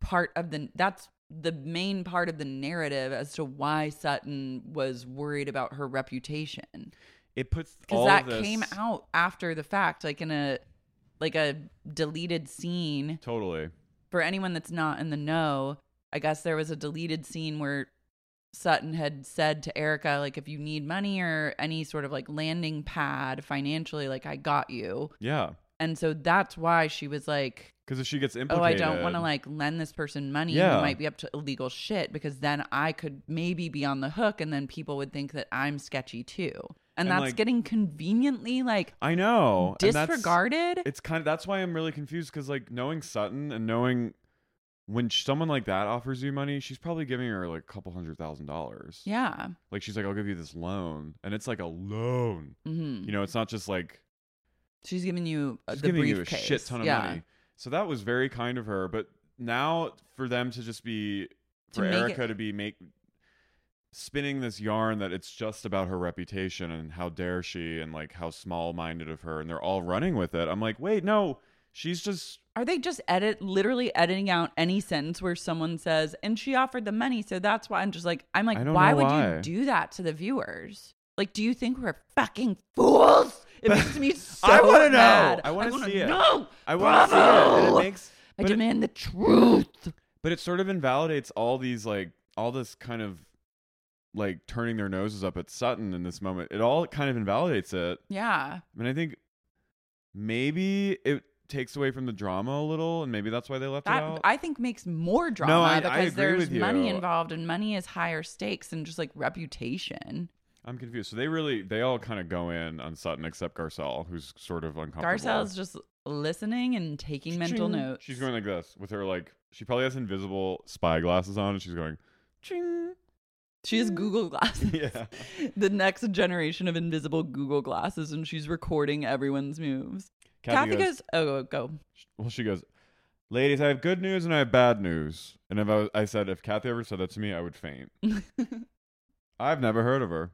part of the that's the main part of the narrative as to why Sutton was worried about her reputation It puts because all that this- came out after the fact like in a like a deleted scene Totally. for anyone that's not in the know, I guess there was a deleted scene where Sutton had said to Erica, like, if you need money or any sort of like landing pad financially, like, I got you. Yeah. And so that's why she was like, Because if she gets oh, I implicated. don't want to like lend this person money Yeah. who might be up to illegal shit because then I could maybe be on the hook and then people would think that I'm sketchy too. And, And, that's like- getting conveniently like I know. and that's- disregarded. It's kind of that's why I'm really confused because like knowing Sutton and knowing when sh- someone like that offers you money, she's probably giving her like a couple hundred thousand dollars. yeah. Like she's like, I'll give you this loan, and it's like a loan. hmm You know, it's not just like She's giving you uh, she's the giving you a briefcase. shit ton of yeah. money. So that was very kind of her. But now for them to just be To for make it- Erica to be make spinning this yarn that it's just about her reputation and how dare she and like how small minded of her, and they're all running with it. I'm like, wait, no, she's just Are they just edit literally editing out any sentence where someone says, and she offered the money, so that's why I'm just like, I'm like, I don't why know would why. you do that to the viewers? Like, do you think we're fucking fools? It makes me so I want to know. mad. I want to wanna see it. know. I want to see it. And Bravo! it makes. I but it- demand the truth. but it sort of invalidates all these like all this kind of like turning their noses up at Sutton in this moment. It all kind of invalidates it. Yeah. I mean, I think maybe it takes away from the drama a little, and maybe that's why they left it That out. I think makes more drama I- I because agree there's with you. money involved and money is higher stakes and just like reputation. I'm confused. So they really they all kind of go in on Sutton except Garcelle, who's sort of uncomfortable. Garcelle's just listening and taking mental Ching. notes. She's going like this with her like she probably has invisible spy glasses on, and she's going ching. She has Google glasses. Yeah. the next generation of invisible Google glasses, and she's recording everyone's moves. Kathy, goes, "Oh, go, go." Well, she goes, "Ladies, I have good news and I have bad news." And if I, was, I said if Kathy ever said that to me, I would faint. I've never heard of her.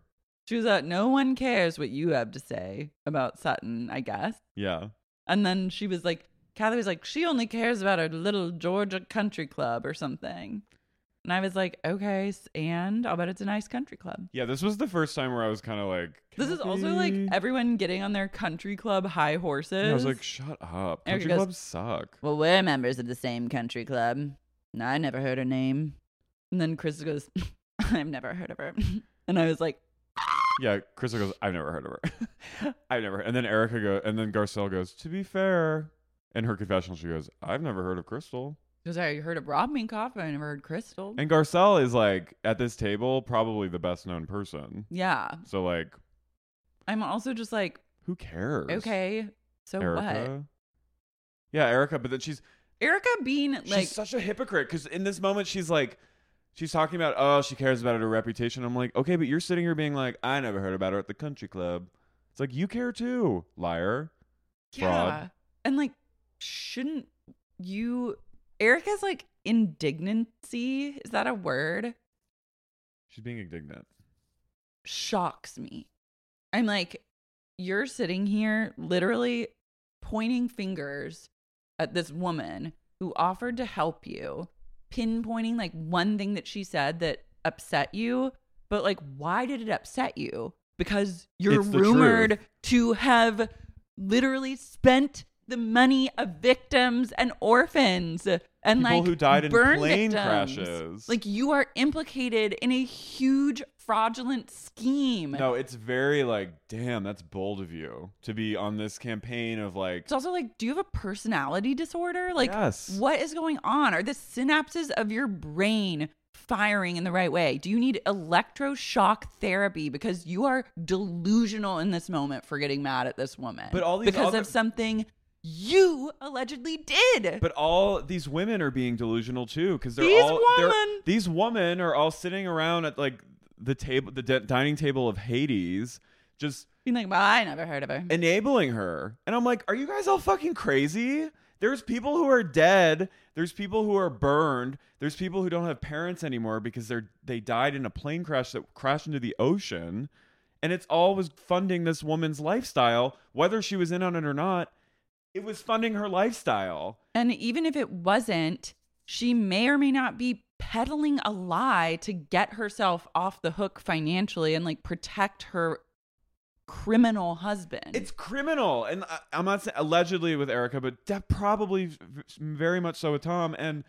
She was like, "No one cares what you have to say about Sutton, I guess." Yeah, And then she was like, "Kathy was like, she only cares about her little Georgia country club or something." And I was like, "Okay, s- and I'll bet it's a nice country club." yeah. This was the first time where I was kind of like, This is also like "Kathy?" everyone getting on their country club high horses. And I was like, "Shut up! Erica Country goes- clubs suck." Well, we're members of the same country club. And I never heard her name. And then Chris goes, I've never heard of her. And I was like, Yeah, Crystal goes, "I've never heard of her. I've never." And then Erica goes, and then Garcelle goes, "To be fair." In her confessional, she goes, "I've never heard of Crystal." because I heard of Rob Minkoff, but I never heard Crystal. And Garcelle is like at this table probably the best known person. yeah. So like, I'm also just like, who cares? okay, so what? Yeah, Erica, but then she's Erica being she's like, such a hypocrite because in this moment she's like she's talking about oh she cares about her reputation. I'm like okay, but you're sitting here being like I never heard about her at the country club. It's like you care too, liar. yeah. fraud. And like, shouldn't you? Erica's like indignancy, is that a word? She's being indignant. shocks me. I'm like, you're sitting here literally pointing fingers at this woman who offered to help you, pinpointing like one thing that she said that upset you. But like, why did it upset you? Because you're It's the rumored to have literally spent the money of victims and orphans and People like who died in burn plane victims. crashes. Like you are implicated in a huge fraudulent scheme. No, it's very like damn that's bold of you to be on this campaign of like It's also like, do you have a personality disorder? Like, Yes. what is going on? Are the synapses of your brain firing in the right way? Do you need electroshock therapy because you are delusional in this moment for getting mad at this woman? But all these because other- of something you allegedly did. But all these women are being delusional too, because they're These all women- They're, these women are all sitting around at like the table, the di- dining table of Hades, just Being like, well, I never heard of her. enabling her. And I'm like, are you guys all fucking crazy? There's people who are dead. There's people who are burned. There's people who don't have parents anymore because they're they died in a plane crash that crashed into the ocean. And it's all was funding this woman's lifestyle, whether she was in on it or not. It was funding her lifestyle. And even if it wasn't, she may or may not be peddling a lie to get herself off the hook financially and like protect her criminal husband. It's criminal, and I, I'm not saying allegedly with Erica, but that probably v- very much so with Tom. And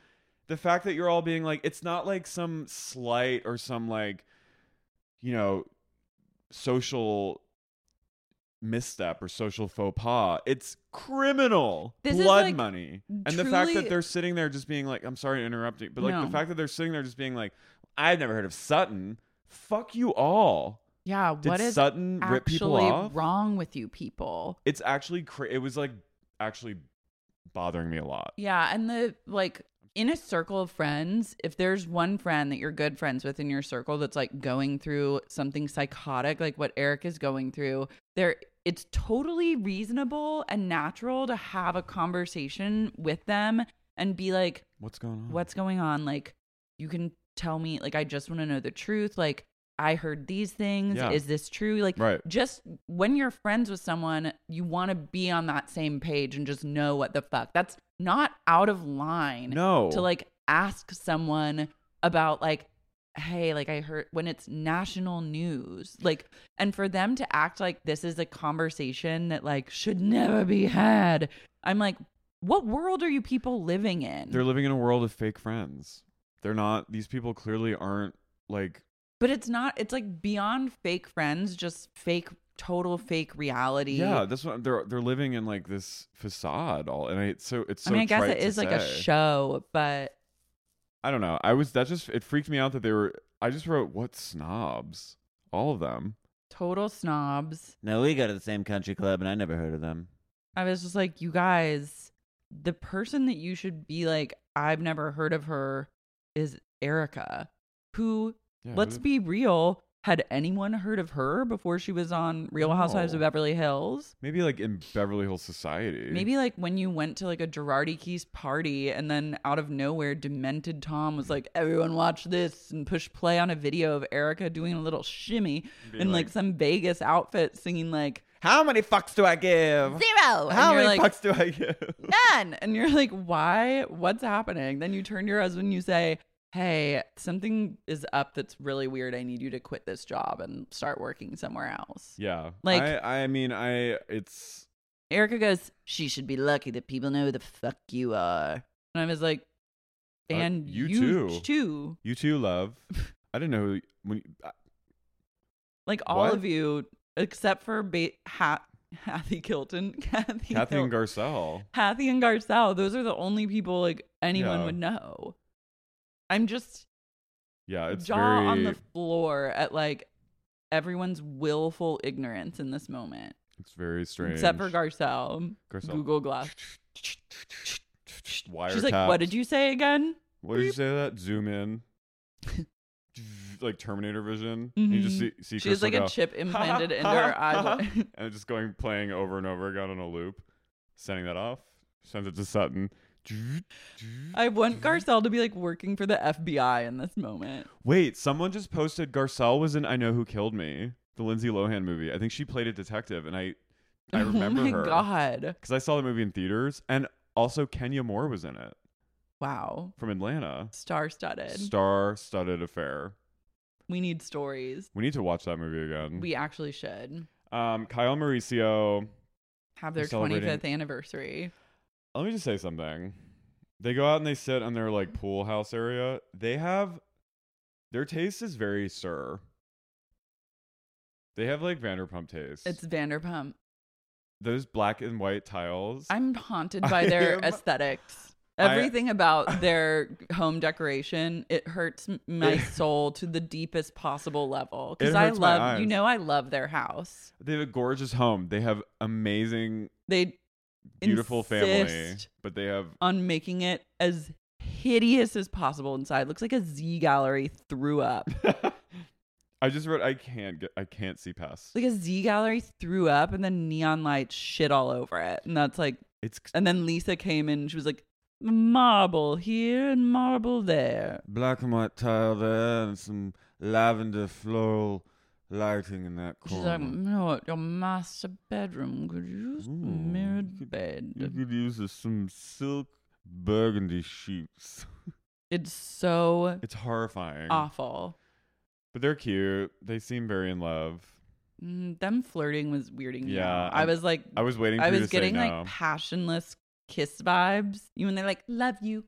the fact that you're all being like, it's not like some slight or some like, you know, social misstep or social faux pas. It's criminal This is, blood like, money, and the fact truly- that they're sitting there just being like, I'm sorry to interrupt you, but like No. the fact that they're sitting there just being like, I've never heard of Sutton. Fuck you all. yeah, Did what is Sutton rip people actually off? wrong with you people? it's actually cra- it was like actually bothering me a lot Yeah, and the like in a circle of friends, if there's one friend that you're good friends with in your circle that's like going through something psychotic like what Eric is going through, there it's totally reasonable and natural to have a conversation with them and be like what's going on what's going on like you can tell me like i just want to know the truth like i heard these things Yeah. is this true like Right. just when you're friends with someone you want to be on that same page and just know what the fuck that's not out of line no to like ask someone about like hey like i heard when it's national news like and for them to act like this is a conversation that like should never be had i'm like what world are you people living in they're living in a world of fake friends they're not these people clearly aren't like But it's not. It's like beyond fake friends, just fake, total fake reality. yeah that's what they're they're living in like this facade all and I, it's so it's so I mean, I guess trite it to is like a say. show, but i don't know i was that just it freaked me out that they were i just wrote what snobs all of them total snobs. No, we go to the same country club, and I never heard of them. I was just like, you guys, the person that you should be like, I've never heard of her, is Erica, who, Yeah, let's who- be real, had anyone heard of her before she was on Real Housewives of No. Beverly Hills? maybe like in beverly hills society Maybe like when you went to like a Girardi Keys party and then out of nowhere, demented Tom was like, everyone watch this and push play on a video of Erica doing a little shimmy Being in like, like- some Vegas outfit singing like how many fucks do i give zero. how and you're many like, fucks do i give none. And you're like, why? What's happening? Then you turn to your husband and you say, hey, something is up that's really weird. I need you to quit this job and start working somewhere else. Yeah. Like- I, I mean, I it's Erica goes, She should be lucky that people know who the fuck you are. And I was like, Uh, And you too." too. you too, love. I didn't know who, when I- Like all What? of you, except for ba- ha- Kathy Kilton. Kathy, Kathy and Kil- Garcelle. Kathy and Garcelle. Those are the only people like anyone Yeah. would know. I'm just Yeah, it's jaw very on the floor at like everyone's willful ignorance in this moment. it's very strange. Except for Garcelle. Garcelle. Google Glass. Wire She's like, what did you say again? What did you say that? Zoom in. like Terminator vision. You just oh. see Mhm. see She has Crystal like a go, chip implanted "Ha, into ha, her ha, ha," eyeball. and it's just going playing over and over again on a loop. Sending that off. Sends it to Sutton. I want Garcelle to be like working for the FBI in this moment. Wait, someone just posted Garcelle was in I Know Who Killed Me, the Lindsay Lohan movie. I think she played a detective, and I I remember oh my her god. because I saw the movie in theaters, and also Kenya Moore was in it Wow. from Atlanta. Star studded. Star-studded affair. we need stories. We need to watch that movie again. We actually should um, Kyle Mauricio. have their We're celebrating- 25th anniversary. Let me just say something. They go out and they sit on their like pool house area. They have their taste is very sir. They have like Vanderpump taste. It's Vanderpump. those black and white tiles. I'm haunted by I their am- aesthetics. Everything about their home decoration, it hurts m- my soul to the deepest possible level. Because It I hurts my love, you eyes. know, I love their house. They have a gorgeous home. They have amazing, They beautiful family, Insist. but they have on making it as hideous as possible inside. looks like a Z gallery threw up. I just wrote I can't get I can't see past. Like a Z gallery threw up and then neon lights shit all over it. And that's like It's and then Lisa came in and she was like marble here and marble there. black and white tile there and some lavender floral lighting in that She's like, no, at your master bedroom, could you use a Ooh, you mirrored could- bed? could use some silk burgundy sheets. It's so It's horrifying. awful. But they're cute. They seem very in love. Mm, them flirting was weirding me Yeah, out. I I'm- was like, I was waiting for I you was to getting say like no. passionless kiss vibes. You when they're like, love you.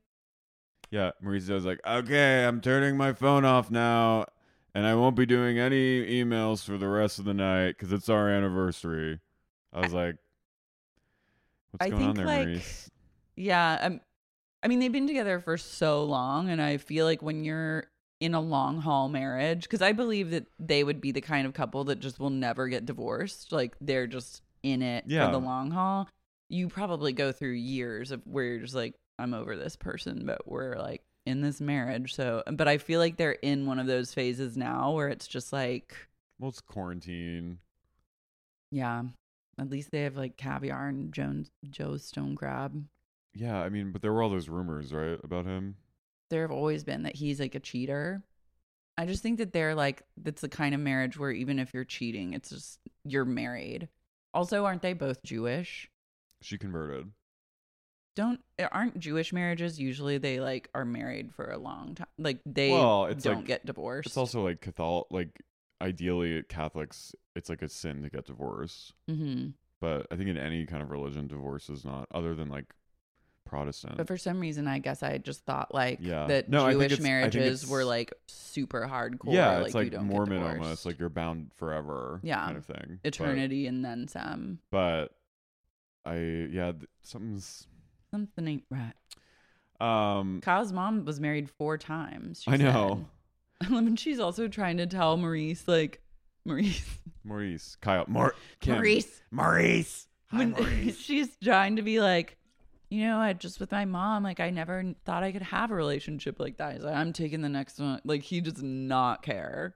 yeah, Mauricio was like, okay, I'm turning my phone off now, and I won't be doing any emails for the rest of the night because it's our anniversary. I was like, what's I going on think, there, like, Maurice? Yeah. Um, I mean, they've been together for so long. And I feel like when you're in a long haul marriage, because I believe that they would be the kind of couple that just will never get divorced. Like they're just in it Yeah. for the long haul. You probably go through years of where you're just like, I'm over this person, but we're like in this marriage. So, uh, but I feel like they're in one of those phases now where it's just like, Well, it's quarantine. Yeah. At least they have like caviar and Jones Joe's stone crab. Yeah, I mean, but there were all those rumors, right, about him? There have always been that he's like a cheater. I just think that they're like that's the kind of marriage where even if you're cheating, it's just you're married. Also, aren't they both Jewish? She converted. Don't aren't Jewish marriages usually they like are married for a long time? Like they Well, it's, don't like- get divorced. It's also like Catholic, like ideally Catholics, it's like a sin to get divorced. um, hmm But I think in any kind of religion, divorce is not, other than like Protestant. But for some reason, I guess I just thought like Yeah. that No, I think Jewish it's- I think marriages it's- were like super hardcore. yeah, like, it's you like don't get Mormon divorced. almost, like you're bound forever, Yeah. kind of thing. But- eternity and then some. But, I yeah, th- something's Something ain't right. um. Kyle's mom was married four times. she I know said. and she's also trying to tell Maurice, like, Maurice, Maurice, Kyle, Mar- Kim. Maurice, Maurice. Hi, when- Maurice. she's trying to be like, you know, I just with my mom, like, I never n- thought I could have a relationship like that. He's like, I'm taking the next one. Like, he does not care.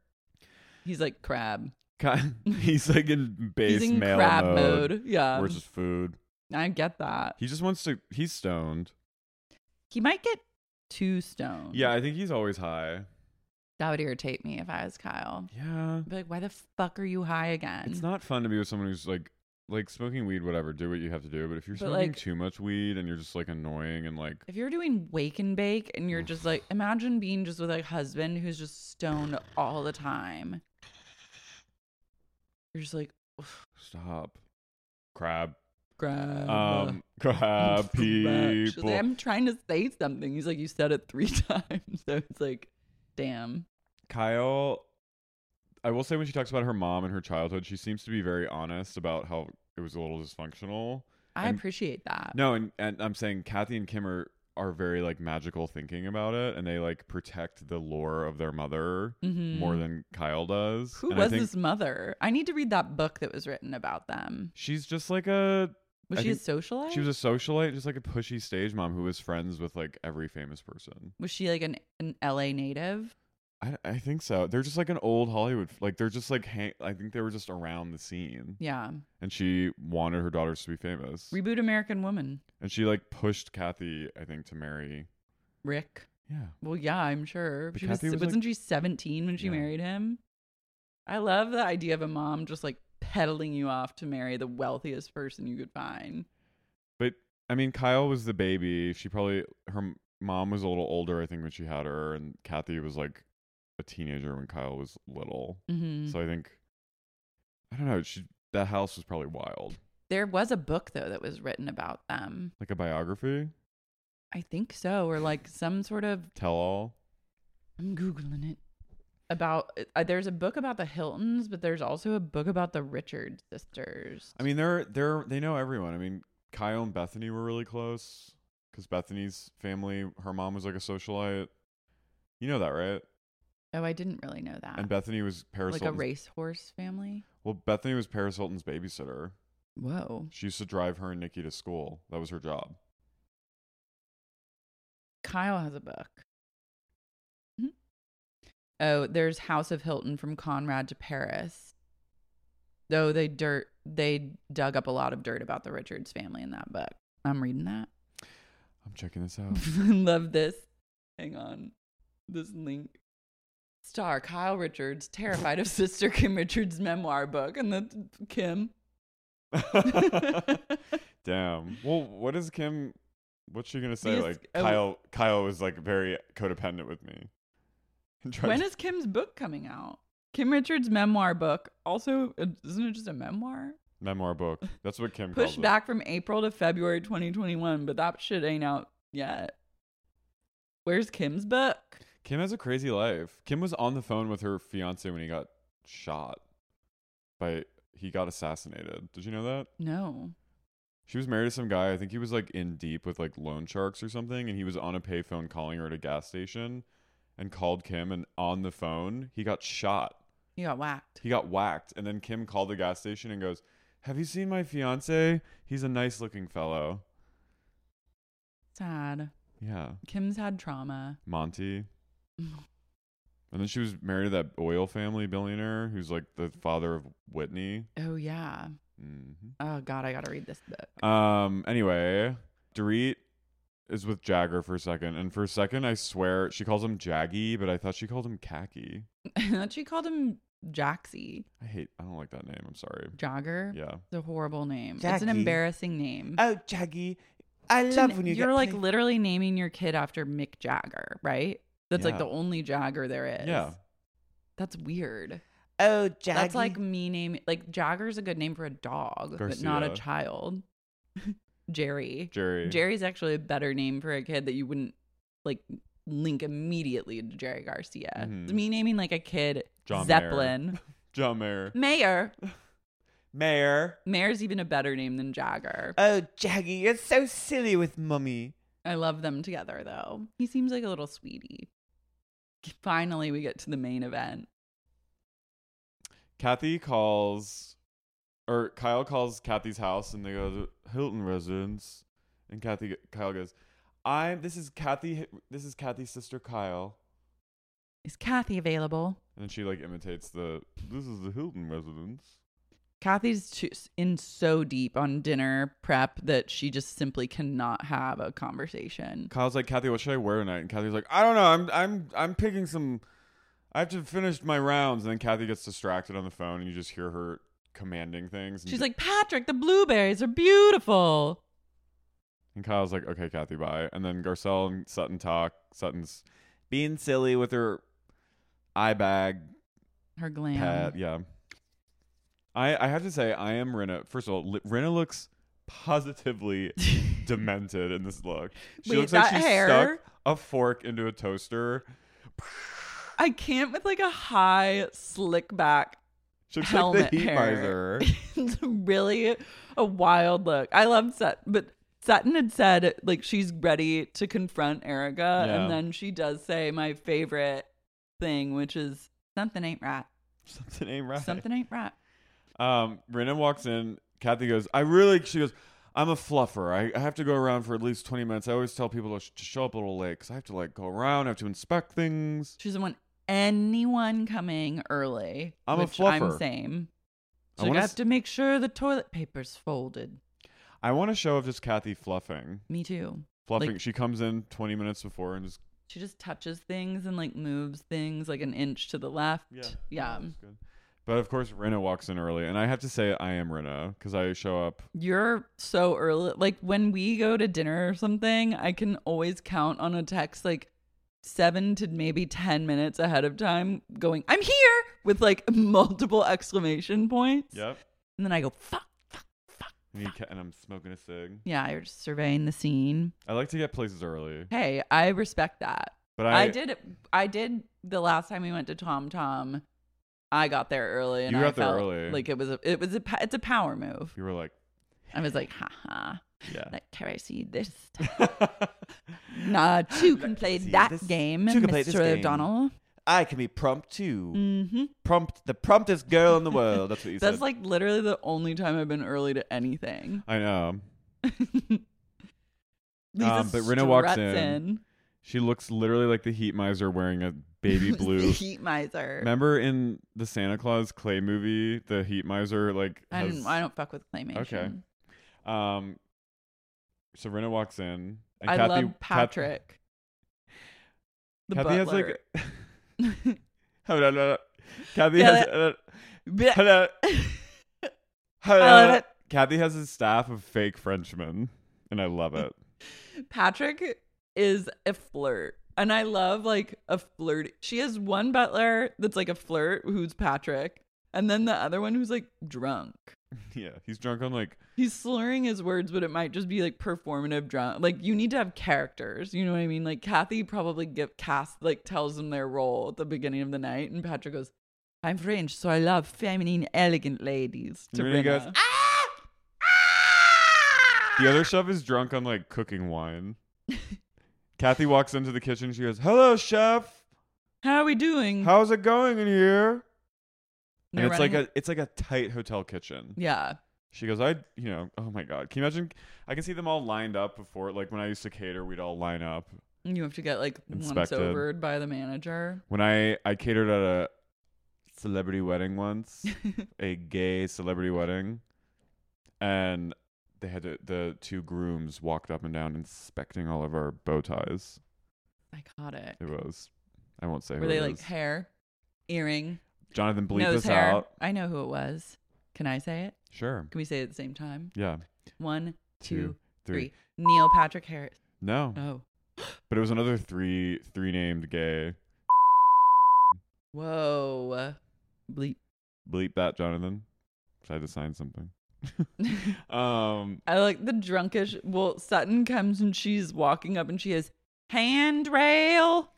He's like crab. Ky- he's like in base He's in male crab mode. mode. Um, Yeah, Where's his food? I get that. He just wants to. He's stoned. He might get too stoned. Yeah, I think he's always high. that would irritate me if I was Kyle. Yeah, I'd be like, why the fuck are you high again? it's not fun to be with someone who's like, like smoking weed, whatever. Do what you have to do. But if you're But, smoking like- too much weed and you're just like annoying and like, If you're doing wake and bake and you're just like, imagine being just with a husband who's just stoned all the time. You're just like, stop, crab, grab. um, crab She's people. like, I'm trying to say something. He's like, you said it three times. So it's like, damn. Kyle, I will say when she talks about her mom and her childhood, she seems to be very honest about how it was a little dysfunctional. I And- appreciate that. No, and, and I'm saying Kathy and Kim are, are very like magical thinking about it and they like protect the lore of their mother Mhm. more than Kyle does. Who and I was think this mother? I need to read that book that was written about them. She's just like a Was I she a think socialite? she was a socialite, just like a pushy stage mom who was friends with like every famous person. was she like an, an LA native? I, I think so. They're just like an old Hollywood like they're just like hang, I think they were just around the scene. Yeah. and she wanted her daughters to be famous. Reboot American Woman. and she like pushed Kathy, I think, to marry. Rick. Yeah. Well, yeah, I'm sure. But She was, Kathy was, like- wasn't she 17 when she Yeah. married him? I love the idea of a mom just like peddling you off to marry the wealthiest person you could find. But I mean, Kyle was the baby. She probably her m- mom was a little older, I think, when she had her, and Kathy was like a teenager when Kyle was little. Mm-hmm. So I think I don't know. She that house was probably wild, There was a book though that was written about them. like a biography, I think so, or like some sort of. tell all. I'm googling it. About uh, there's a book about the Hiltons, but there's also a book about the Richard sisters. I mean, they're they're they know everyone. I mean, Kyle and Bethany were really close. because Bethany's family, her mom was like a socialite. You know that, right? Oh, I didn't really know that. And Bethany was Paris like a Hilton's. racehorse family. Well, Bethany was Paris Hilton's babysitter. Whoa. She used to drive her and Nikki to school. That was her job. Kyle has a book. Oh, there's House of Hilton from Conrad to Paris. Though they dirt they dug up a lot of dirt about the Richards family in that book. I'm reading that. I'm checking this out. Love this. Hang on. This link. Star Kyle Richards, terrified of sister Kim Richards' memoir book. And that's Kim. Damn. Well, what is Kim? What's she gonna say? Because- like oh. Kyle. Kyle was like very codependent with me. And tried when to- is Kim's book coming out? Kim Richards' memoir book. Also, uh, isn't it just a memoir? memoir book? That's what Kim calls Pushed it. back from April to February 2021, but that shit ain't out yet. Where's Kim's book? Kim has a crazy life. Kim was on the phone with her fiance when he got shot. By he got assassinated. Did you know that? No. She was married to some guy. I think he was like in deep with like loan sharks or something, and he was on a payphone calling her at a gas station, and called Kim, and on the phone he got shot. You got whacked. He got whacked, and then Kim called the gas station and goes, "Have you seen my fiance? He's a nice looking fellow." Sad. Yeah, Kim's had trauma. Monty. And then she was married to that oil family billionaire who's like the father of Whitney. Oh, yeah. hmm Oh, God, I got to read this book. Um. Anyway, Dorit is with Jagger for a second, and for a second, I swear she calls him Jaggy, but I thought she called him Khaki. she called him Jaxie. I hate. I don't like that name. I'm sorry. Jogger. Yeah. It's a horrible name. It's Jackie. an embarrassing name. Oh, Jaggy, I To love n- when you you're get like play- literally naming your kid after Mick Jagger, right? That's like Yeah. the only Jagger there is. Yeah. That's weird. Oh, Jaggy. That's like me naming like Jagger's a good name for a dog, but not a Garcia. child. Jerry. Jerry. Jerry's actually a better name for a kid that you wouldn't like link immediately to Jerry Garcia. Mhm. Me naming like a kid John Mayer. Zeppelin. John Mayer. Mayor. Mayor. Mayor's even a better name than Jagger. Oh, Jaggy, you're so silly with mummy. I love them together though. He seems like a little sweetie. Finally, we get to the main event. Kathy calls, or Kyle calls Kathy's house, and they go to Hilton residence. And Kathy, Kyle goes, "I. This is Kathy. This is Kathy's sister, Kyle." Is Kathy available? And then she like imitates the. This is the Hilton residence. Kathy's too, in so deep on dinner prep that she just simply cannot have a conversation. Kyle's like, Kathy, what should I wear tonight? And Kathy's like, I don't know. I'm I'm I'm picking some. I have to finish my rounds. And then Kathy gets distracted on the phone, and you just hear her commanding things. And She's like, Patrick, the blueberries are beautiful. and Kyle's like, okay, Kathy, bye. And then Garcelle and Sutton talk. Sutton's Being silly with her eye bag Her glam. pet. Yeah. I I have to say, I am Rena. First of all, li- Rena looks positively demented in this look. She Wait, looks like that she hair? stuck a fork into a toaster. I can't with like a high slick back. She looks Helmet like the heat hair. miser. it's really a wild look. I love Sut, but Sutton had said like she's ready to confront Erica, Yeah. and then she does say my favorite thing, which is something ain't right. Something ain't right. Something ain't right. Um, Brennan walks in. Kathy goes, I really, she goes, I'm a fluffer. I, I have to go around for at least 20 minutes. I always tell people to, sh- to show up a little late because I have to like go around, I have to inspect things. She doesn't want anyone coming early. I'm a which I'm fluffer. same. I So you wanna have s- to make sure the toilet paper's folded. I want a show of just Kathy fluffing. Me too. Fluffing. Like- she comes in 20 minutes before and just, She just touches things and like moves things like an inch to the left. yeah. Yeah. That's good. But of course, Rena walks in early. And I have to say, I am Rena because I show up. You're so early. Like when we go to dinner or something, I can always count on a text like seven to maybe 10 minutes ahead of time going, I'm here with like multiple exclamation points. Yep. And then I go, fuck, fuck, fuck. And, he ca- and I'm smoking a cig. Yeah, you're just surveying the scene. I like to get places early. Hey, I respect that. But I, I, did. I did the last time we went to Tom Tom. I got there early, and You I got there felt early. Like it was a. It was a. pa- It's a power move. You were like, I was like, ha ha. Yeah. Like, can I see this? nah, two can play see that this- game, two can play this Mr. game. O'Donnell. I can be prompt too. Mm-hmm. Prompt the promptest girl in the world. That's what you That's said. like literally the only time I've been early to anything. I know. Lisa Um, but Rena walks struts in. She looks literally like the heat miser wearing a baby blue. heat miser. Remember in the Santa Claus clay movie, the heat miser like I has- don't. I don't fuck with claymation. Um, so Rena walks in. And I Kathy, love Kath- Patrick. the Kathy has like. butler. Hello, hello. Kathy Yeah, has. that- hello, Blech. I hello, love hello. it. Kathy has a staff of fake Frenchmen, and I love it. Patrick is a flirt. And I love like a flirt. She has one butler that's like a flirt who's Patrick, and then the other one who's like drunk. yeah, he's drunk on like He's slurring his words, but it might just be like performative drunk. Like you need to have characters, you know what I mean? Like Kathy probably give cast like tells them their role at the beginning of the night, and Patrick goes, "I'm French, so I love feminine, elegant ladies." To Really Rena." good. The other chef is drunk on like cooking wine. Kathy walks into the kitchen. She goes, "Hello, chef. How are we doing? How's it going in here?" They're and it's like running- a it's like a tight hotel kitchen. yeah. She goes, "I, you know, oh my god, can you imagine? I can see them all lined up before. Like when I used to cater, we'd all line up. And You have to get like once Inspected. overed by the manager. When I I catered at a celebrity wedding once, a gay celebrity wedding, and they had to, the two grooms walked up and down inspecting all of our bow ties. Psychotic. It was. I won't say Were who they it like is. hair, earring, Jonathan bleep nose this hair? out. I know who it was. Can I say it? Sure. Can we say it at the same time? Yeah. One, two, Two, three. three. Neil Patrick Harris. No. Oh. But it was another three three named gay. Whoa. Bleep. Bleep that, Jonathan. I had to sign something. um I like the drunkish. Well, Sutton comes and she's walking up and she has handrail.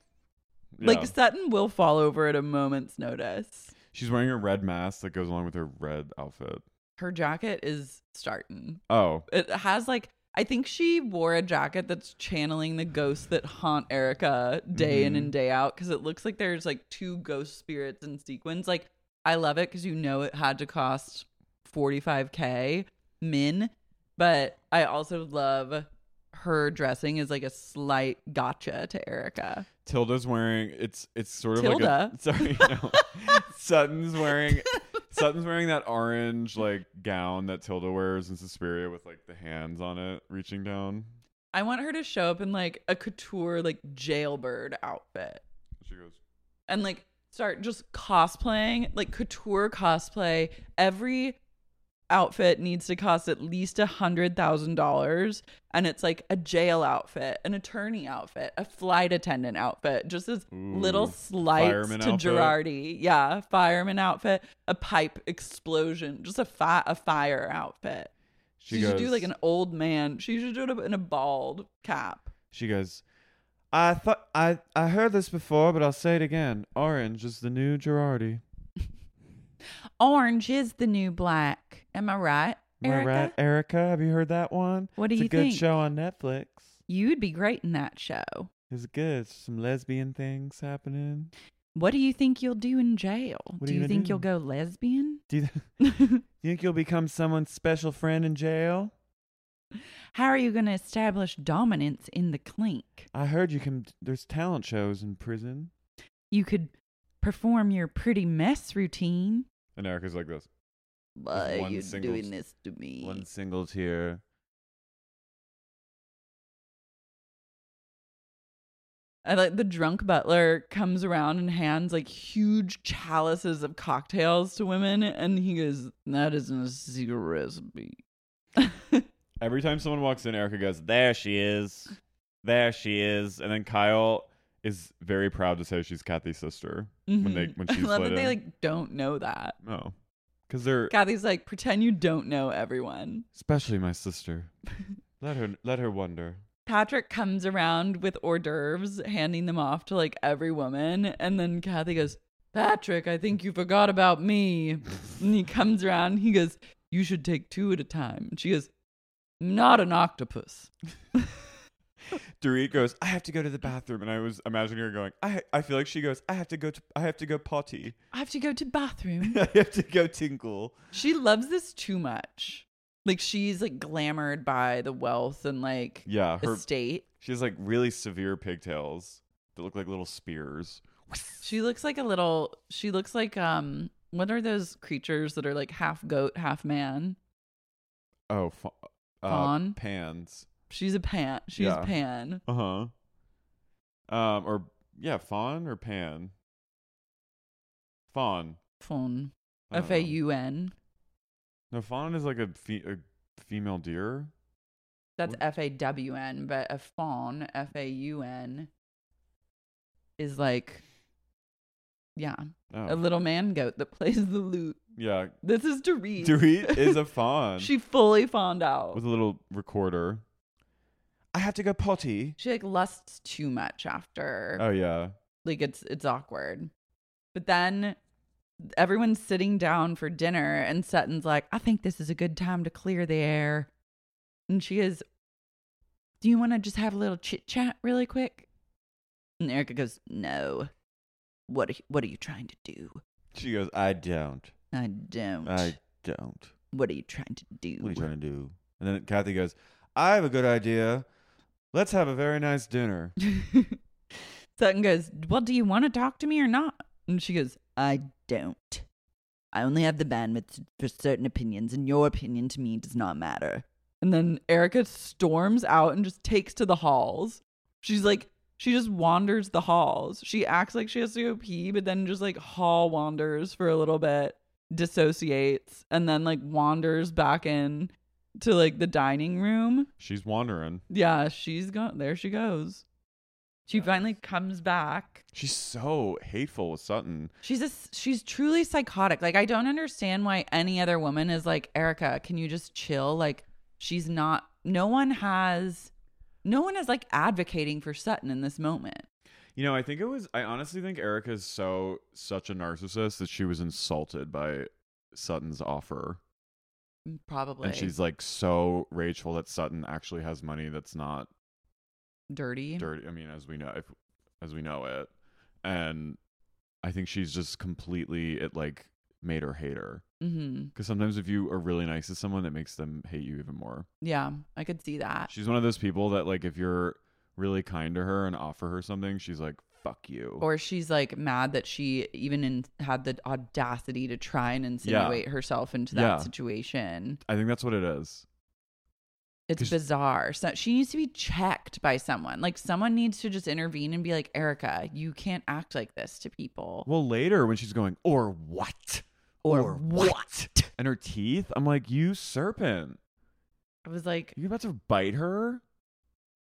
yeah. Like Sutton will fall over at a moment's notice. she's wearing a red mask that goes along with her red outfit. Her jacket is starting. Oh. It has like I think she wore a jacket that's channeling the ghosts that haunt Erica day in Mhm. and day out because it looks like there's like two ghost spirits in sequence. Like I love it because you know it had to cost 45k min, but I also love her dressing is like a slight gotcha to Erica. Tilda's wearing it's it's sort of Tilda? like a sorry no. Sutton's wearing Sutton's wearing that orange like gown that Tilda wears in Suspiria with like the hands on it reaching down. I want her to show up in like a couture like jailbird outfit. She goes and like start just cosplaying, like couture cosplay. Every outfit needs to cost at least a hundred thousand dollars, and it's like a jail outfit, an attorney outfit, a flight attendant outfit, just as Ooh, little slights fireman to outfit. Girardi, yeah, fireman outfit, a pipe explosion, just a fi- a fire outfit. She, she, goes should do like an old man. She should do it in a bald cap. she goes I thought I I heard this before, but I'll say it again. Orange is the new Girardi. Orange is the new black. Am I right? Am I right, Erica? Have you heard that one? What do it's you a good think? show on Netflix. You'd be great in that show. It's good. It's some lesbian things happening. What do you think you'll do in jail? What are do you you gonna think do? you'll go lesbian? Do you, you think you'll become someone's special friend in jail? How are you going to establish dominance in the clink? I heard you can. There's talent shows in prison. You could perform your pretty mess routine. and Erica's like this. Why one single- this to me? One single tear. I like the drunk butler comes around and hands like huge chalices of cocktails to women, and he goes, "That isn't a secret recipe." Every time someone walks in, Erica goes, There she is. There she is. And then Kyle is very proud to say she's Kathy's sister when they Mhm. when I she's love let that they in. like don't know that. No. Because they're Kathy's like, pretend you don't know everyone. especially my sister. let her let her wonder. Patrick comes around with hors d'oeuvres, handing them off to like every woman. And then Kathy goes, Patrick, I think you forgot about me. and he comes around, he goes, You should take two at a time. And she goes, not an octopus. Dorit goes, I have to go to the bathroom. And I was imagining her going, I, I feel like she goes, I have to go to, I have to go potty. I have to go to bathroom. I have to go tingle. she loves this too much. Like she's like glamored by the wealth and like Yeah. Her, estate. she has like really severe pigtails that look like little spears. She looks like a little. She looks like um. What are those creatures that are like half goat, half man? Oh, fa- uh, Fawn? Pans. She's a pan. She's Yeah. pan. Uh huh. Um, or yeah, fawn or pan? Fawn. Fawn. I don't F know. a u n. No, fawn is like a, fe- a female deer. That's What- F A W N, but a fawn, F A U N, is like, yeah, Oh. a little man goat that plays the lute. yeah. This is Dorit. Dorit is a fawn she fully fawned out. with a little recorder. I have to go potty. she like lusts too much after. Oh yeah. like it's it's awkward. But then everyone's sitting down for dinner and Sutton's like, "I think this is a good time to clear the air." And she is, "Do you want to just have a little chit-chat really quick?" And Erica goes, "No. What are, what are you trying to do?" She goes, I don't. I don't. I don't. what are you trying to do? What are you trying to do? And then Kathy goes, I have a good idea. Let's have a very nice dinner. Sutton goes, Well, do you want to talk to me or not? And she goes, I don't. I only have the bandwidth for certain opinions, and your opinion to me does not matter. And then Erica storms out and just takes to the halls. She's like, she just wanders the halls. She acts like she has to go pee, but then just like hall wanders for a little bit, dissociates, and then like wanders back in to like the dining room. She's wandering. Yeah, she's gone. There she goes. She finally comes back. She's so hateful with Sutton. She's a s she's truly psychotic. Like I don't understand why any other woman is like Erica. Can you just chill? Like she's not. No one has. No one is like advocating for Sutton in this moment. You know, I think it was I honestly think Erica's so such a narcissist that she was insulted by Sutton's offer. Mm, Probably. And she's like so rageful that Sutton actually has money that's not dirty. dirty. I mean, as we know, if, as we know it, and I think she's just completely it like made her hate her. Mm-hmm. Because sometimes if you are really nice to someone, it makes them hate you even more. Yeah, I could see that. She's one of those people that like if you're really kind to her and offer her something, she's like, "Fuck you." Or she's like mad that she even in, had the audacity to try and insinuate herself into that Yeah. situation. I think that's what it is. It's 'Cause- bizarre. So she needs to be checked by someone. Like someone needs to just intervene and be like, Erica, you can't act like this to people. Well, later when she's going, or what? Or what? And her teeth. I'm like, you serpent. I was like, You're about to bite her.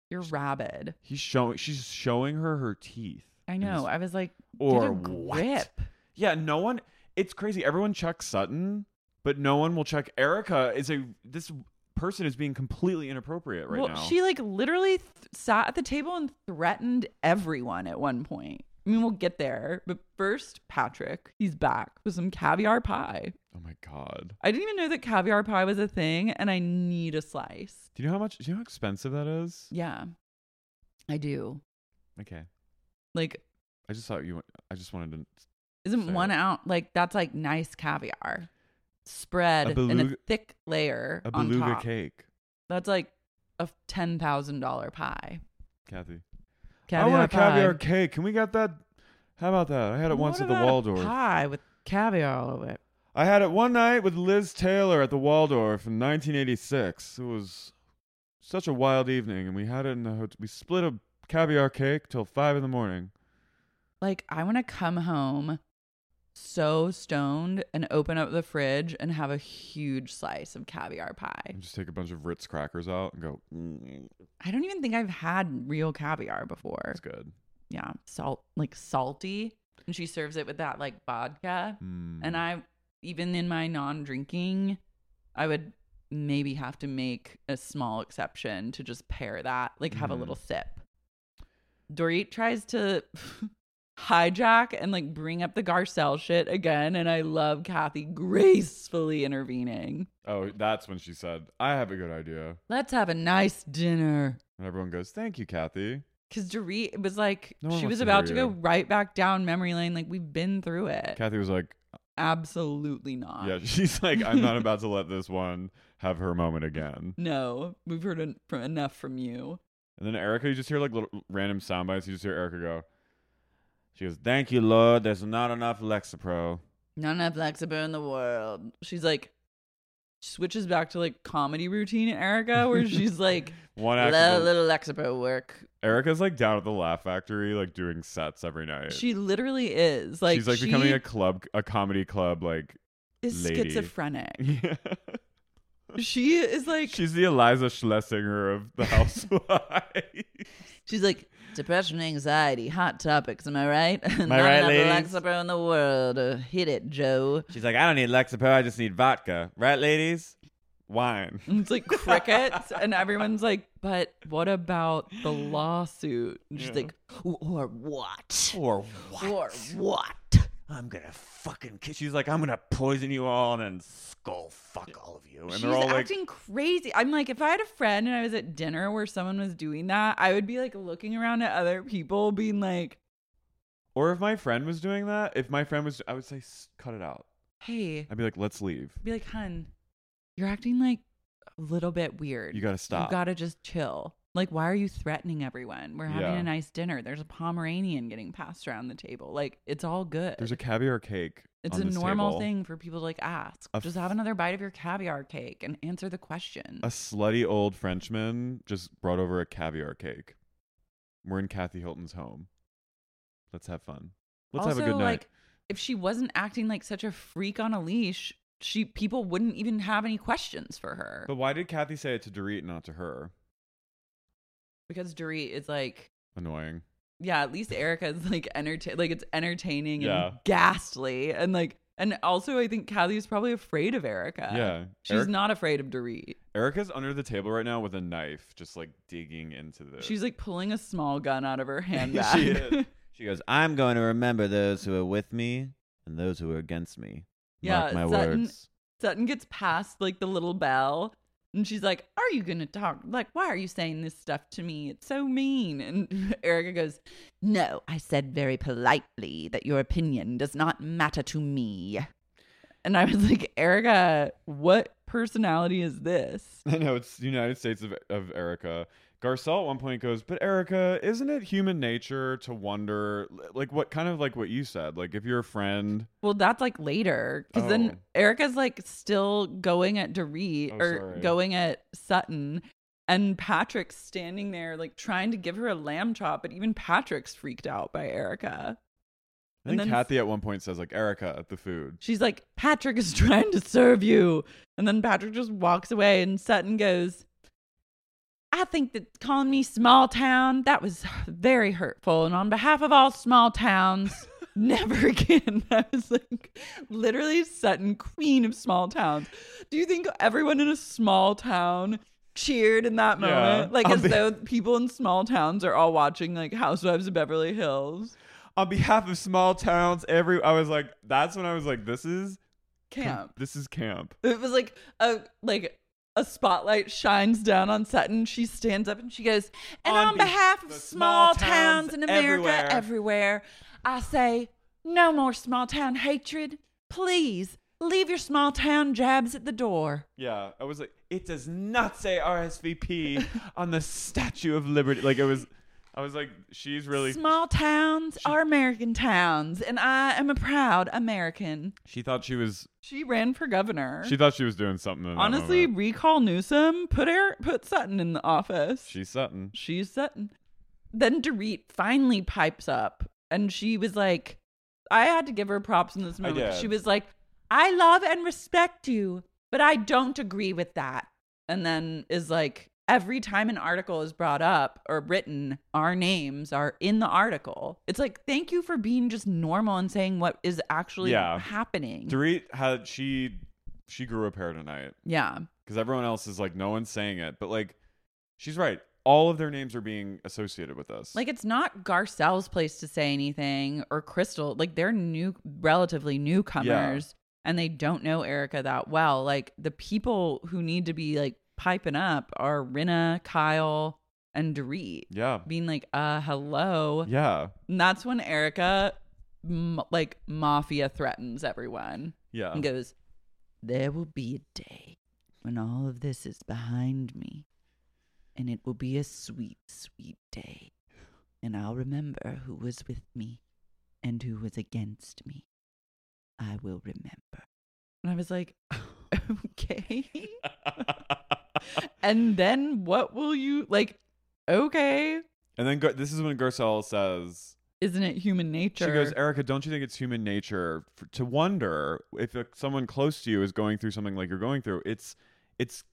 you're rabid. He's showing. She's showing her her teeth. I in know. this I was like, or get a what? grip. Yeah, no one. It's crazy. Everyone checks Sutton, but no one will check Erica. Is a this person is being completely inappropriate right well, now. she like literally th- sat at the table and threatened everyone at one point. I mean, we'll get there. But first, Patrick, he's back with some caviar pie. oh my god. I didn't even know that caviar pie was a thing, and I need a slice. Do you know how much? Do you know how expensive that is? Yeah, I do. Okay, Like, I just thought you. I just wanted to. Isn't So- one ounce like that's like nice caviar spread A in a beluga- thick layer A on beluga top? cake, That's like a ten thousand dollar pie. Kathy. Caviar I want a pie. caviar cake. Can we get that? How about that? I had it What once at the about a Waldorf. pie with caviar all over it. I had it one night with Liz Taylor at the Waldorf in 1986. It was such a wild evening, and we had it in the hotel. We split a caviar cake till five in the morning. Like I want to come home so stoned and open up the fridge and have a huge slice of caviar pie. And just take a bunch of Ritz crackers out and go. Mm, I don't even think I've had real caviar before. that's good. Yeah, salt like salty, and she serves it with that like vodka. Mm. And I, even in my non drinking, I would maybe have to make a small exception Mm-hmm. to just pair that, like have a Mhm. little sip. Dorit tries to hijack and like bring up the Garcelle shit again. And I love Kathy gracefully intervening. Oh, that's when she said, I have a good idea. Let's have a nice dinner. And everyone goes, Thank you, Kathy. Because Dorit was like, No one she wants was to about to hear go you. right back down memory lane. Like, we've been through it. Kathy was like, Absolutely not. Yeah, she's like, I'm not about to let this one have her moment again. No, we've heard en- from enough from you. And then Erica, you just hear like little random sound bites. You just hear Erica go, She goes, Thank you, Lord. There's not enough Lexapro. Not enough Lexapro in the world. She's like, switches back to like comedy routine Erica, where she's like, One act. let a little Lexapro work. Erica's like down at the Laugh Factory, like doing sets every night. She literally is. Like, she's like she becoming a club, a comedy club, like. is lady. schizophrenic. she is like, She's the Eliza Schlesinger of the housewife. she's like, depression, anxiety, hot topics. Am I right? Am Not right, enough ladies? Lexapro in the world. Uh, hit it, Joe. She's like, I don't need Lexapro, I just need vodka. Right, ladies? Wine. And It's like crickets, and everyone's like, "But what about the lawsuit?" And she's like, "Or what? Or Or what?" I'm gonna fucking kiss. She's like, I'm gonna poison you all and then skull fuck all of you. And she's they're all like, acting crazy. I'm like, if I had a friend and I was at dinner where someone was doing that, I would be like looking around at other people, being like, or if my friend was doing that, if my friend was, I would say, "S- cut it out. "Hey, I'd be like, let's leave. be like, hun, you're acting like a little bit weird. You gotta stop. You gotta just chill." Like, why are you threatening everyone? We're having Yeah. a nice dinner. There's a Pomeranian getting passed around the table. Like, it's all good. There's a caviar cake. It's on a this normal table. thing for people to like ask. A just f- have another bite of your caviar cake and answer the question. A slutty old Frenchman just brought over a caviar cake. We're in Kathy Hilton's home. Let's have fun. Let's also, have a good night. like if she wasn't acting like such a freak on a leash, she people wouldn't even have any questions for her but why did Kathy say it to Dorit, not to her? because Dorit is like, Annoying. yeah, at least Erica is like entertain, like it's entertaining Yeah. and ghastly and like. And also, I think Kathy is probably afraid of Erica. Yeah. she's Eric- not afraid of Dorit. Erica's under the table right now with a knife, just like digging into the. She's like pulling a small gun out of her handbag. Uh, she is. She goes, I'm going to remember those who are with me and those who are against me. Yeah, Mark my Sutton- words. Sutton gets past like the little bell and she's like, Are you gonna talk? Like, why are you saying this stuff to me? It's so mean. And Erica goes, No, I said very politely that your opinion does not matter to me. And I was like, Erica, what personality is this? I know it's the United States of of Erica. Garcelle at one point goes, but Erica, isn't it human nature to wonder, li- like what kind of like what you said, like if you're a friend, Well, that's like later. Because Oh. then Erica's like still going at Dorit Oh, or sorry. going at Sutton. And Patrick's standing there, like trying to give her a lamb chop, but even Patrick's freaked out by Erica. I And think then- Kathy at one point says like Erica at the food. She's like, Patrick is trying to serve you. And then Patrick just walks away, and Sutton goes, I think that calling me small town, that was very hurtful. And on behalf of all small towns, never again. I was like, literally, Sutton, queen of small towns. Do you think everyone in a small town cheered in that Yeah. moment? Like, I'll as be- though people in small towns are all watching, like, Housewives of Beverly Hills. On behalf of small towns, every I was like, that's when I was like, this is Camp. This is camp. It was like a like a spotlight shines down on Sutton. She stands up and she goes, "And On on, be- behalf of the small small towns, towns in America everywhere." everywhere. I say, no more small town hatred. Please leave your small town jabs at the door." Yeah, I was like, it does not say RSVP on the Statue of Liberty. Like it was, I was like, she's really. small towns are American towns, and I am a proud American. She thought she was. She ran for governor. She thought she was doing something. in that Honestly, moment. recall Newsom. Put Eric, put Sutton in the office. she's Sutton. she's Sutton. Then Dorit finally pipes up and she was like, I had to give her props in this I moment. did. She was like, I love and respect you, but I don't agree with that. And then is like, every time an article is brought up or written, our names are in the article. It's like, thank you for being just normal and saying what is actually Yeah. happening. Dorit had she she grew a pair tonight yeah. because everyone else is like no one's saying it, but like she's right. all of their names are being associated with this. Like it's not Garcelle's place to say anything or Crystal. Like they're new relatively newcomers and they don't know Erica that well. Like the people who need to be like piping up are Rinna, Kyle, and Dorit. yeah, Being like, uh, hello. yeah, And that's when Erica m- like mafia threatens everyone yeah. and goes, There will be a day when all of this is behind me, and it will be a sweet, sweet day. And I'll remember who was with me and who was against me. I will remember. And I was like, Okay. and then what will you like? Okay. And then Gar- this is when Garcelle says, Isn't it human nature? she goes, Erica, don't you think it's human nature f to wonder if uh, someone close to you is going through something like you're going through? It's, it's,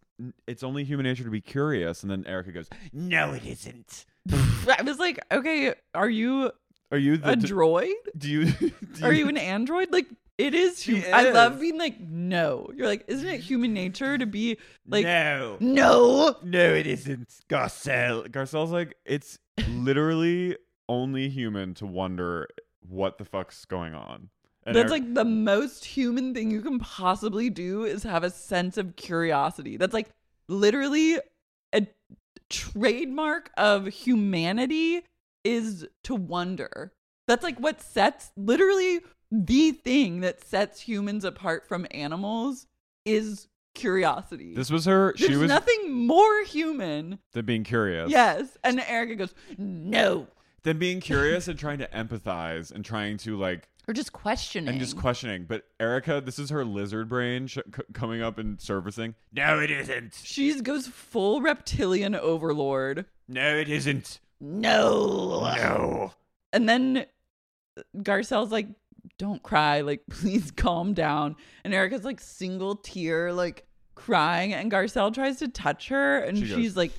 it's only human nature to be curious. And then Erica goes, No, it isn't. I was like, okay, are you Are you a the d- droid? do you? do Are you an android? Like it is. Hum- She I love is. being like no. You're like, isn't it human nature to be like no? no? No, it isn't, Garcelle. Garcelle's like, it's literally only human to wonder what the fuck's going on. And That's Eric- like the most human thing you can possibly do is have a sense of curiosity. That's like literally a trademark of humanity is to wonder. That's like what sets literally the thing that sets humans apart from animals is curiosity. this was her. There's she was nothing more human than being curious. Yes. And Erica goes, no. Than being curious and trying to empathize and trying to like Or just questioning. and just questioning. But Erica, this is her lizard brain sh- c- coming up and surfacing. No, it isn't. she goes full reptilian overlord. No, it isn't. No. No. And then uh, Garcelle's like, don't cry. Like, please calm down. And Erica's like, single tear, like crying. And Garcelle tries to touch her. And She goes, she's like,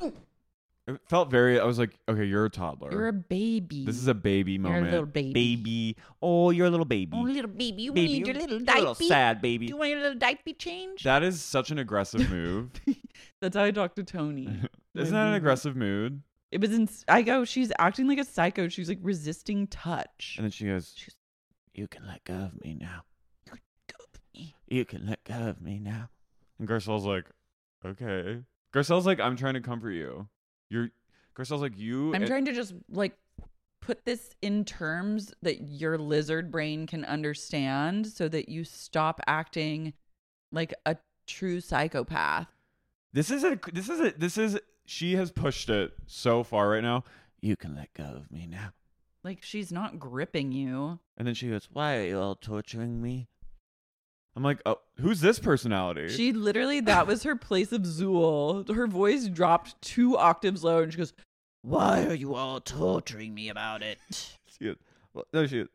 It felt very. I was like, okay, you're a toddler. you're a baby. this is a baby a moment. little baby. Baby. Oh, you're a little baby. Oh, little baby. You Baby, need your little you're a diaper. little sad baby. You want your little diaper change? That is such an aggressive move. That's how I talk to Tony. Isn't that an aggressive mood? It was in. I go. She's acting like a psycho. She's like resisting touch. And then she goes, You can let go of me now. You can let go of me now. and Garcelle's like, okay. Garcelle's like, I'm trying to comfort you. You're. Garcelle's like, you. I'm and- trying to just like put this in terms that your lizard brain can understand, so that you stop acting like a true psychopath. This is a. This is a. This is. She has pushed it so far right now. You can let go of me now. Like she's not gripping you. And then she goes, Why are you all torturing me? I'm like, oh, who's this personality? She literally that was her place of zool. Her voice dropped two octaves lower, and she goes, Why are you all torturing me about it? She is- well, no, she. is-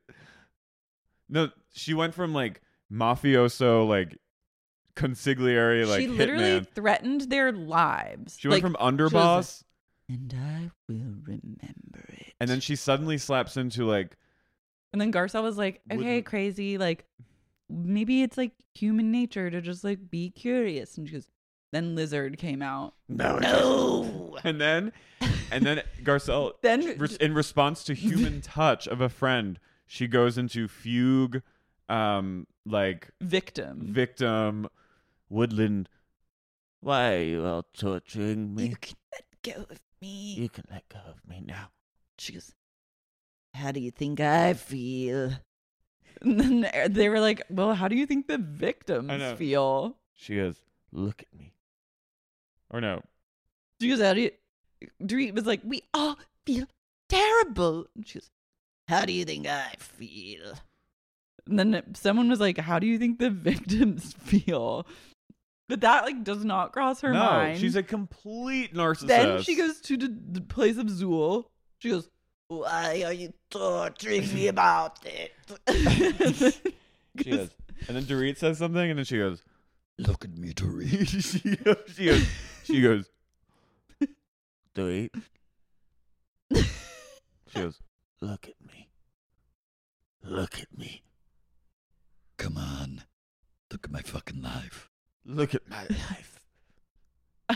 No, she went from like mafioso, like consigliere, like she literally hitman. threatened their lives. She went Like, from uh, underboss and I will remember it. and then she suddenly slaps into like And then Garcelle was like, okay, Wouldn't- crazy. Like, maybe it's like human nature to just like be curious. And she goes, then Lizard came out. No, no. and then and then Garcelle Then- re- in response to human touch of a friend she goes into fugue um like Victim. victim woodland Why are you all torturing me? You can let go of me. You can let go of me now. She goes, how do you think I feel? And then they were like, well, how do you think the know. victims feel? She goes, Look at me. or no She goes, how do you? Dorit was like, we all feel terrible. And she goes, how do you think I feel? And then someone was like, how do you think the victims feel? But that like does not cross her no mind. she's a complete narcissist then she goes to the, the place of Zool. She goes, Why are you torturing me about it? she goes, and then Dorit says something and then she goes Look at me, Tori. she goes she goes, she goes Dorit, she goes look at me. Look at me. Come on. Look at my fucking life. Look at my life.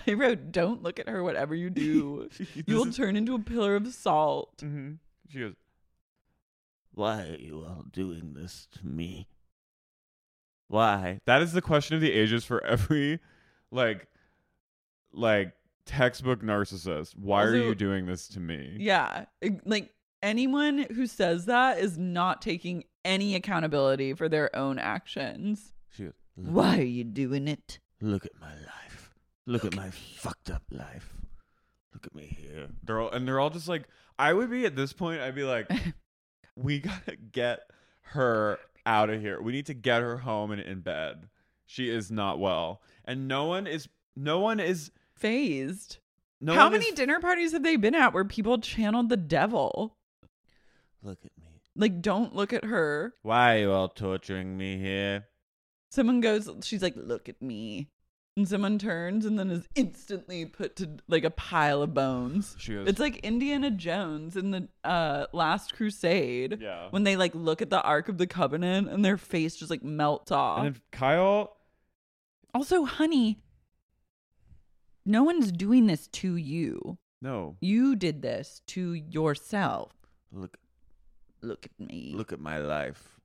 I wrote, "Don't look at her. Whatever you do, you will turn into a pillar of salt." Mm-hmm. She goes, Why are you all doing this to me? why? That is the question of the ages for every like like textbook narcissist. Why are Also- you doing this to me? Yeah, it- like anyone who says that is not taking any accountability for their own actions. She goes, Look- Why are you doing it? Look at my life. Look at my fucked up life. Look at me here. they're all, and they're all just like I would be at this point, I'd be like, We gotta get her out of here. We need to get her home and in bed. She is not well. And no one is no one is Phased. no How one many is dinner parties have they been at where people channeled the devil? Look at me. Like, don't look at her. Why are you all torturing me here? Someone goes, she's like, look at me. And someone turns and then is instantly put to like a pile of bones. She goes, It's like Indiana Jones in the uh, Last Crusade Yeah. when they like look at the Ark of the Covenant and their face just like melts Uh, off. And then Kyle Also, honey, no one's doing this to you. No. You did this to yourself. Look Look at me. look at my life.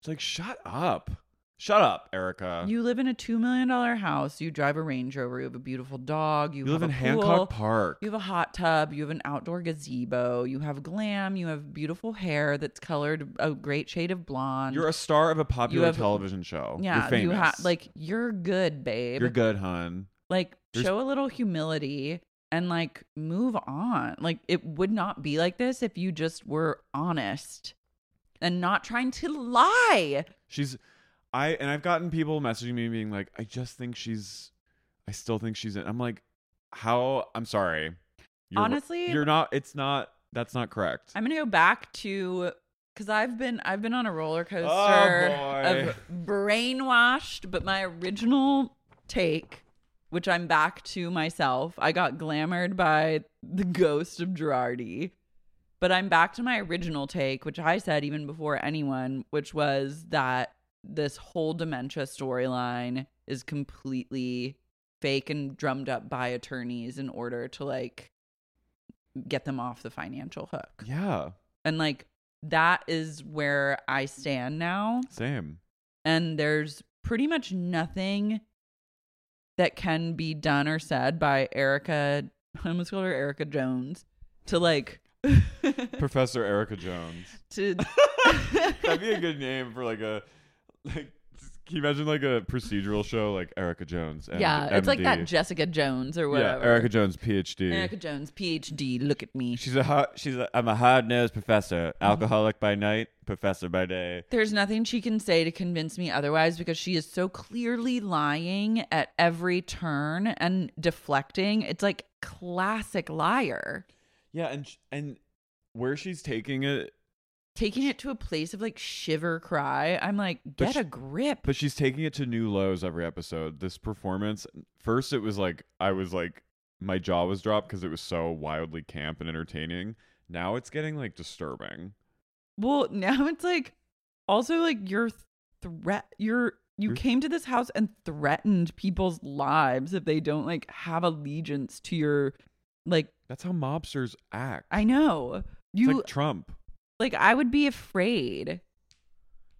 It's like shut up. Shut up, Erica. You live in a $2 million house. You drive a Range Rover. You have a beautiful dog. You, You live have in a pool. Hancock Park. You have a hot tub. You have an outdoor gazebo. You have glam. You have beautiful hair that's colored a great shade of blonde. You're a star of a popular have- television show. yeah. You're famous. You have like you're good, babe. You're good, hun. Like There's- show a little humility and like move on. Like it would not be like this if you just were honest and not trying to lie. She's I and I've gotten people messaging me being like, I just think she's I still think she's in I'm like, how I'm sorry. You're, Honestly- You're not it's not that's not correct. I'm gonna go back to because I've been I've been on a roller coaster Oh, boy. of brainwashed, but my original take, which I'm back to myself, I got glamored by the ghost of Girardi. But I'm back to my original take, which I said even before anyone, which was that this whole dementia storyline is completely fake and drummed up by attorneys in order to like get them off the financial hook. yeah. And like that is where I stand now. Same. And there's pretty much nothing that can be done or said by Erica, I almost called her Erica Jones, to like, Professor Erica Jones. to, That'd be a good name for like a like just- can you imagine like a procedural show like Erica Jones? and yeah, it's like that MD? Jessica Jones or whatever. Yeah, Erica Jones, PhD. Erica Jones, PhD, look at me. She's a hard, she's a, I'm a hard nosed professor, Mm-hmm. alcoholic by night, professor by day. There's nothing she can say to convince me otherwise because she is so clearly lying at every turn and deflecting. It's like classic liar. Yeah, and sh- and where she's taking it, Taking it to a place of like shiver cry. I'm like, get she- a grip. but she's taking it to new lows every episode. This performance, first it was like I was like my jaw was dropped because it was so wildly camp and entertaining. Now it's getting like disturbing. Well, now it's like also like your threat your you Your- came to this house and threatened people's lives if they don't like have allegiance to your like That's how mobsters act. I know. You it's like Trump. like I would be afraid.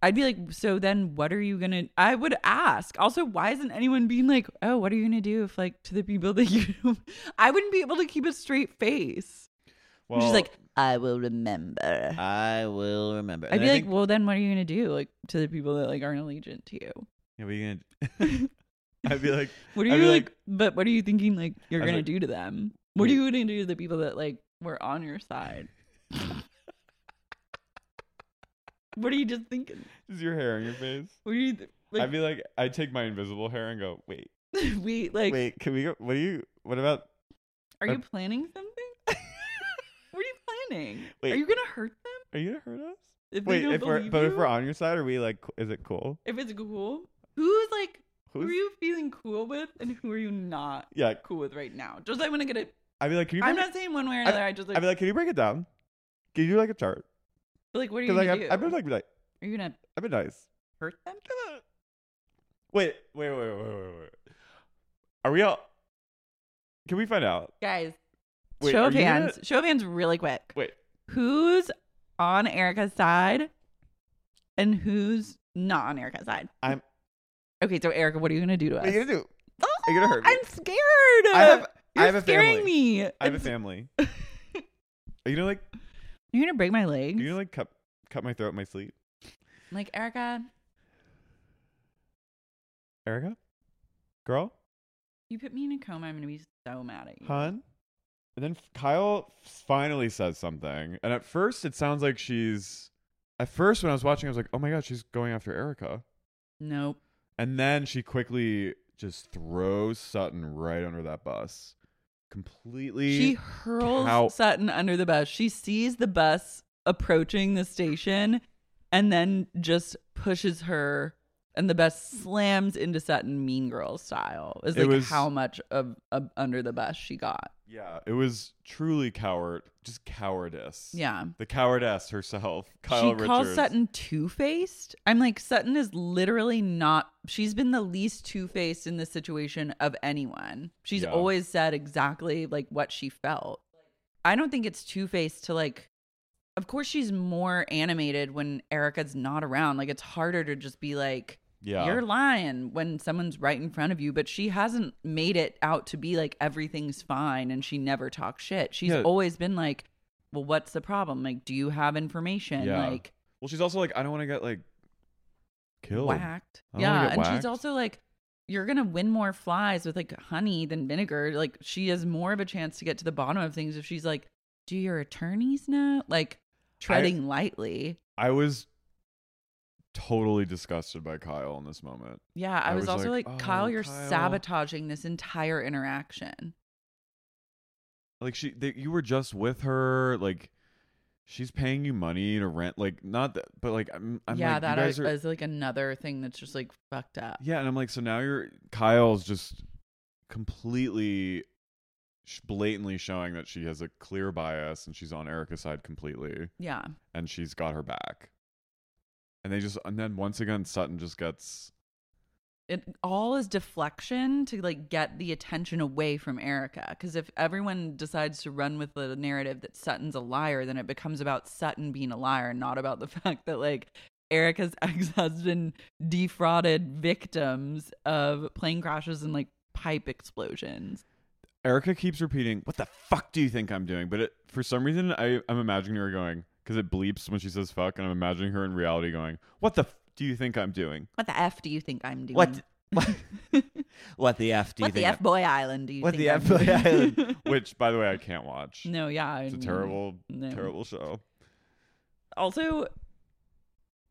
I'd be like, so then what are you gonna I would ask. Also, why isn't anyone being like, oh, what are you gonna do if like to the people that you I wouldn't be able to keep a straight face. Well, She's like, I will remember. I will remember. I'd be like, well then what are you gonna do? Like to the people that like aren't allegiant to you. yeah, we gonna. I'd be like, What are I'd you be like, but what are you thinking like you're I'd be gonna like- do to them? What are you gonna do to the people that like were on your side? what are you just thinking? is your hair on your face? What are you th- I'd like, be like, I take my invisible hair and go, wait, we like wait, can we go? What do you? What about? Are I- you planning something? what are you planning? Wait. Are you gonna hurt them Are you gonna hurt us? if Wait, they don't if we're believe but if you? we're on your side, are we like? co- Is it cool? If it's cool, who's like who Who's- are you feeling cool with and who are you not Yeah, cool with right now? Just I want to get it. I'd be like, can you? I'm break not saying one way or I'd- another. I, just it- like, I'd be like, can you break it down? Can you do like a chart? but, like what are you Because gonna like do? I've, I've been like, be like are you gonna I've been nice. hurt them? Wait, wait, wait, wait, wait, wait. Are we all? Can we find out? Guys, Wait, show are of you gonna- hands. Show of hands really quick. Wait. Who's on Erica's side and who's not on Erica's side? I'm- Okay, so Erica, what are you gonna do to us? What are you gonna do? Oh, Are you gonna hurt me? I'm scared. I have You're I have a scaring family. me. I have a It's- family. Are you gonna like are You're gonna break my legs. you gonna like cut cut my throat in my sleep? like Erica, Erica? Girl? you put me in a coma. I'm gonna be so mad at you. Hun? And then Kyle finally says something. And at first it sounds like she's at first when I was watching, I was like, oh my god, she's going after Erica. Nope. And then she quickly just throws Sutton right under that bus. Completely She hurls How- Sutton under the bus. She sees the bus approaching the station and then just pushes her and the bus slams into Sutton mean girl style. Is It like was- how much of, of under the bus she got. Yeah, it was truly coward just cowardice. Yeah. The cowardess herself, Kyle she Richards. calls Sutton two faced. I'm like, Sutton is literally not, she's been the least two faced in this situation of anyone. She's Yeah. always said exactly like what she felt. I don't think it's two faced to like, of course, she's more animated when Erica's not around. Like, it's harder to just be like, Yeah. you're lying when someone's right in front of you, but she hasn't made it out to be like everything's fine and she never talks shit. She's Yeah. always been like, well, what's the problem? Like, do you have information? Yeah. Like, well, she's also like, I don't want to get like killed. whacked. I don't wanna Yeah. get And whacked. she's also like, you're going to win more flies with like honey than vinegar. Like, she has more of a chance to get to the bottom of things if she's like, do your attorneys know? Like, treading lightly. I was totally disgusted by Kyle in this moment. Yeah. I, I was, was also like, like, "Oh, Kyle, you're Kyle." sabotaging this entire interaction. Like she, they, you were just with her. Like she's paying you money to rent. Like not that, but like I'm. I'm yeah, like, that uh, you guys is are, is, like another thing that's just like fucked up. Yeah, and I'm like, so now you're Kyle's just completely sh- blatantly showing that she has a clear bias and she's on Erica's side completely Yeah. and she's got her back. And they just and then once again Sutton just gets It all is deflection to like get the attention away from Erica. Cause if everyone decides to run with the narrative that Sutton's a liar, then it becomes about Sutton being a liar, not about the fact that like Erica's ex husband defrauded victims of plane crashes and like pipe explosions. Erica keeps repeating, "What the fuck do you think I'm doing?" But it, for some reason I I'm imagining her going cuz it bleeps when she says fuck and I'm imagining her in reality going, "What the f- do you think I'm doing?" What the F do you think I'm doing? What? What? what the f do you what the think? F boy island do you What think? the I'm F boy doing? island? Which by the way, I can't watch. no, yeah. I It's a mean, terrible no. terrible show. also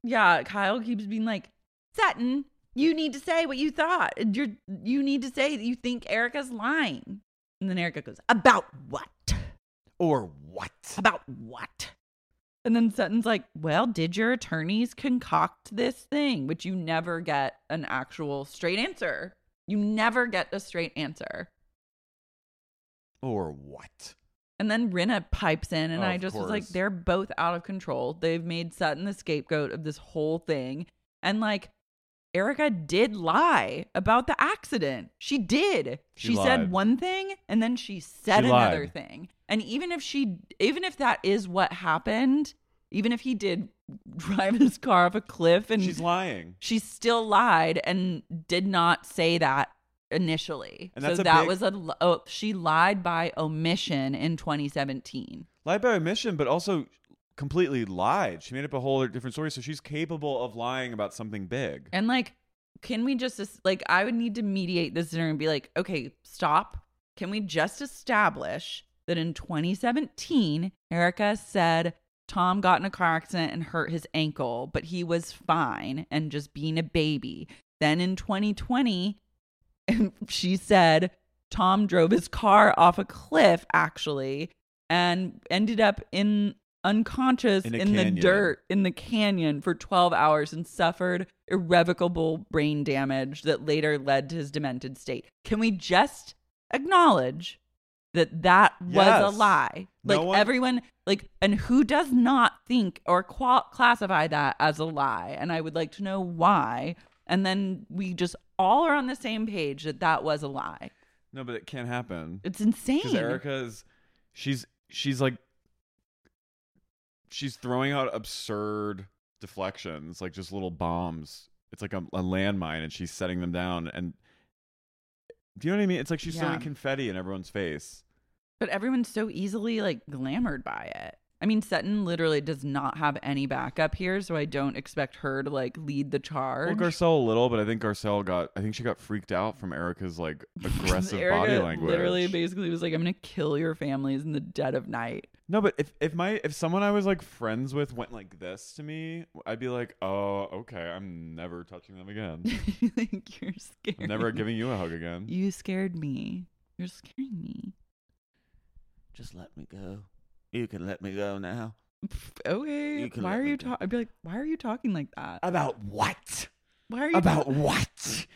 yeah kyle keeps being like sutton you need to say what you thought And you're you need to say that you think erica's lying and then erica goes about what or what? about what and then sutton's like well did your attorneys concoct this thing which you never get an actual straight answer you never get a straight answer Or what? And then Rinna pipes in, and Oh, I of just was like, course. they're both out of control. They've made Sutton the scapegoat of this whole thing. And like, Erica did lie about the accident. She did. She She, said lied. one thing and then she said She another lied. thing. And even if she, even if that is what happened, even if he did drive his car off a cliff and She's lying. she still lied and did not say that initially. And so that's a that big- was a l- oh, she lied by omission in 2017. lied by omission, but also completely lied. She made up a whole different story, so she's capable of lying about something big. And like, can we just es- like I would need to mediate this dinner and be like, okay, stop. Can we just establish that in 2017, Erica said Tom got in a car accident and hurt his ankle, but he was fine and just being a baby. Then in 2020, she said Tom drove his car off a cliff actually and ended up in unconscious In in, a the canyon. dirt in the canyon for 12 hours and suffered irrevocable brain damage that later led to his demented state. Can we just acknowledge that that was Yes. a lie? No Like one- everyone like and who does not think or qual- classify that as a lie? And I would like to know why. And then we just all are on the same page that that was a lie. No, but it can't happen. It's insane. Because Erica is, she's she's like, she's throwing out absurd deflections, like just little bombs. It's like a, a landmine, and she's setting them down. And do you know what I mean? It's like she's throwing Yeah. confetti in everyone's face. But everyone's so easily like glamored by it. I mean, Seton literally does not have any backup here, so I don't expect her to like lead the Well, charge. Garcelle a little, but I think Garcelle got. I think she got freaked out from Erica's like aggressive body Erica language. Literally, basically, was like, "I'm gonna kill your families in the dead of night." No, but if if my if someone I was like friends with went like this to me, I'd be like, oh, okay, I'm never touching them again. like you're scared. I'm never giving you a hug again. You scared me. You're scaring me. Just let me go. You can let me go now. Pff, Okay. You can why let are me you go. talking? I'd be like, why are you talking like that? About what? Why are you About talk-" what?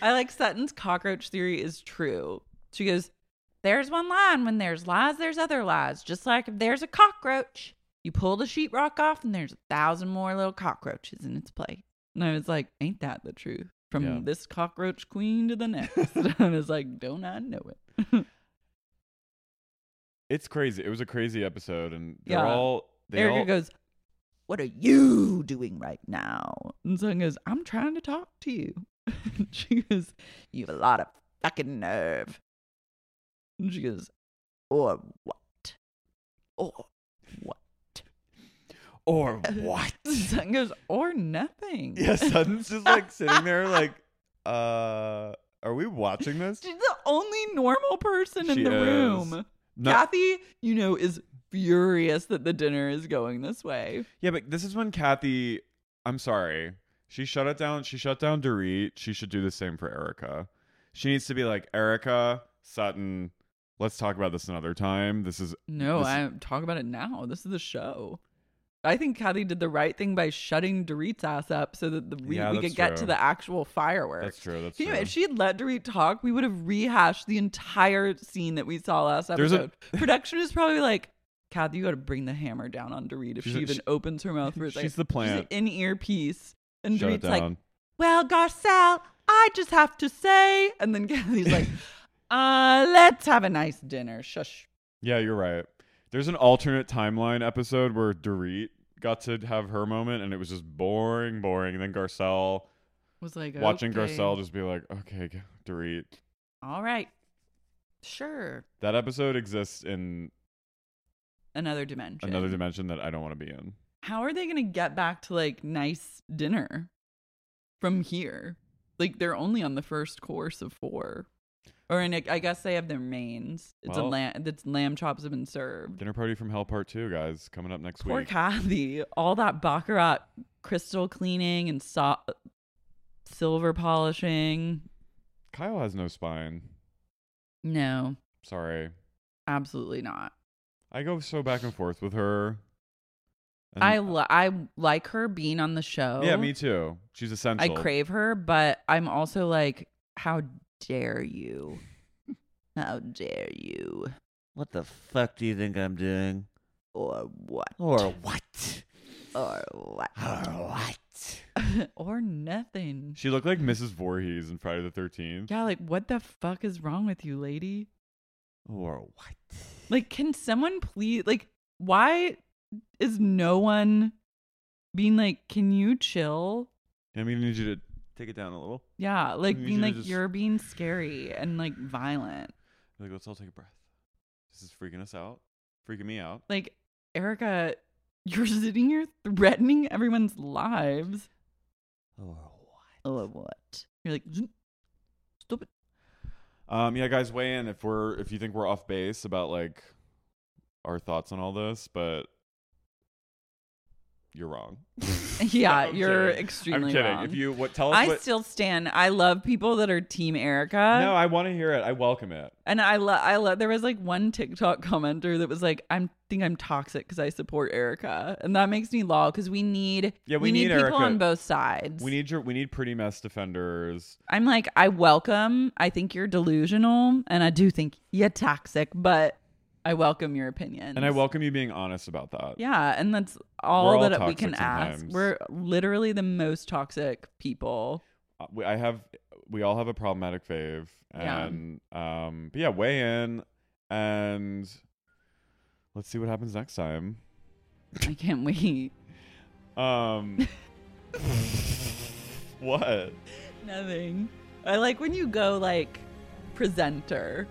I like Sutton's cockroach theory is true. She goes, There's one line. When there's lies, there's other lies. Just like if there's a cockroach, you pull the sheetrock off and there's a thousand more little cockroaches in its place. And I was like, Ain't that the truth? From Yeah. this cockroach queen to the next. I was like, Don't I know it? It's crazy. It was a crazy episode, and they're Yeah. all they Erica all goes, What are you doing right now? And Sutton goes, I'm trying to talk to you. And she goes, You have a lot of fucking nerve. And she goes, Or what? Or what? Or what? Sutton goes, Or nothing. yeah. Sutton's just like sitting there, like, uh, are we watching this? She's the only normal person in She the is. room. No- Kathy, you know, is furious that the dinner is going this way. Yeah, but this is when Kathy. I'm sorry. She shut it down. She shut down Dorit. She should do the same for Erica. She needs to be like Erica Sutton. Let's talk about this another time. This is No, This- I talk about it now. This is the show. I think Kathy did the right thing by shutting Dorit's ass up so that the, we, Yeah, we that's could get to true. the actual fireworks. that's true. That's Can you, true. if she had let Dorit talk, we would have rehashed the entire scene that we saw last There's a- episode. Production is probably like, Kathy, you got to bring the hammer down on Dorit if She's she a- even she- opens her mouth for a she's second. the plant. She's an in-ear piece. And shut it Dorit's like, down. well, Garcelle, I just have to say. And then Kathy's like, uh, let's have a nice dinner. Shush. Yeah, you're right. There's an alternate timeline episode where Dorit got to have her moment, and it was just boring, boring. And then Garcelle Was like watching okay. Garcelle just be like, "Okay, g- Dorit." All right. Sure. That episode exists in Another dimension. another dimension that I don't want to be in. How are they going to get back to like nice dinner from here? Like they're only on the first course of four. Or in a, I guess they have their mains. It's a Well- lamb that's lamb chops have been served. Dinner party from hell part two, guys, coming up next Poor week. Kathy. All that baccarat crystal cleaning and so- silver polishing. Kyle has no spine. No, Sorry, absolutely not. I go so back and forth with her. And- I li- I like her being on the show. yeah, me too. She's I essential. crave her, but I'm also like, how dare you? How dare you? What the fuck do you think I'm doing? Or what? Or what? Or what? Or what? or nothing. She looked like Mrs. Voorhees in Friday the Thirteenth. Yeah, like what the fuck is wrong with you, lady? Or what? Like, can someone please like why is no one being like, Can you chill? I mean, I need you to Take it down a little. Yeah, like You being should've like just- you're being scary and like violent. Like, let's all take a breath. This is freaking us out, freaking me out. Like, Erica, you're sitting here threatening everyone's lives. Or what? Oh, what? You're like, "Zoom. stop it. Um, yeah, guys, weigh in if we're if you think we're off base about like our thoughts on all this, but you're wrong. Yeah, I'm Uh, you're kidding. extremely I'm kidding. wrong. If you what, tell us. I what, still stand. I love people that are Team Erica. no, I want to hear it. I welcome it. and I love, I love. There was like one TikTok commenter that was like, "I'm think I'm toxic because I support Erica," and that makes me law because we need, Yeah, we need, need people Erica. on both sides. We need your we need pretty mess defenders. I'm like, I welcome. I think you're delusional, and I do think you're toxic, but I welcome your opinion. And I welcome you being honest about that. Yeah, and that's We're all all that we toxic can ask. sometimes. We're literally the most toxic people. Uh, we- I have we all have a problematic fave, Yeah. and um, but yeah, weigh in, and let's see what happens next time. I can't wait. Um, what? Nothing. I like when you go like presenter.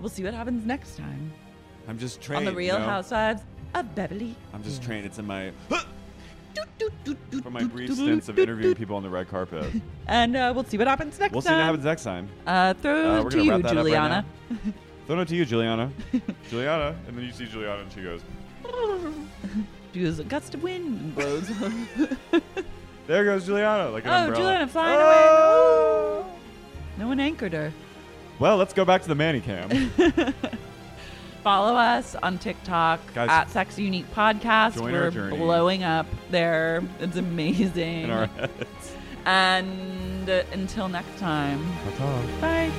We'll see what happens next time I'm just trained on the Real you know? Housewives of Beverly. I'm just trained. It's in my for my brief stints of interviewing people on the red carpet. And uh, we'll see what happens next We'll see what time. happens next time. uh, throw Uh, we're to gonna you, wrap that up right Juliana. Throw it to you, Juliana. Juliana, and then you see Juliana, and she goes, She goes, a gust of wind and blows. "There goes Juliana!" Like an oh, umbrella. Juliana flying Oh! away. No one anchored her. Well, let's go back to the manny cam. Follow us on TikTok Guys, at Sexy Unique Podcast. join our We're journey. blowing up there. It's amazing. In our And uh, until next time, bye.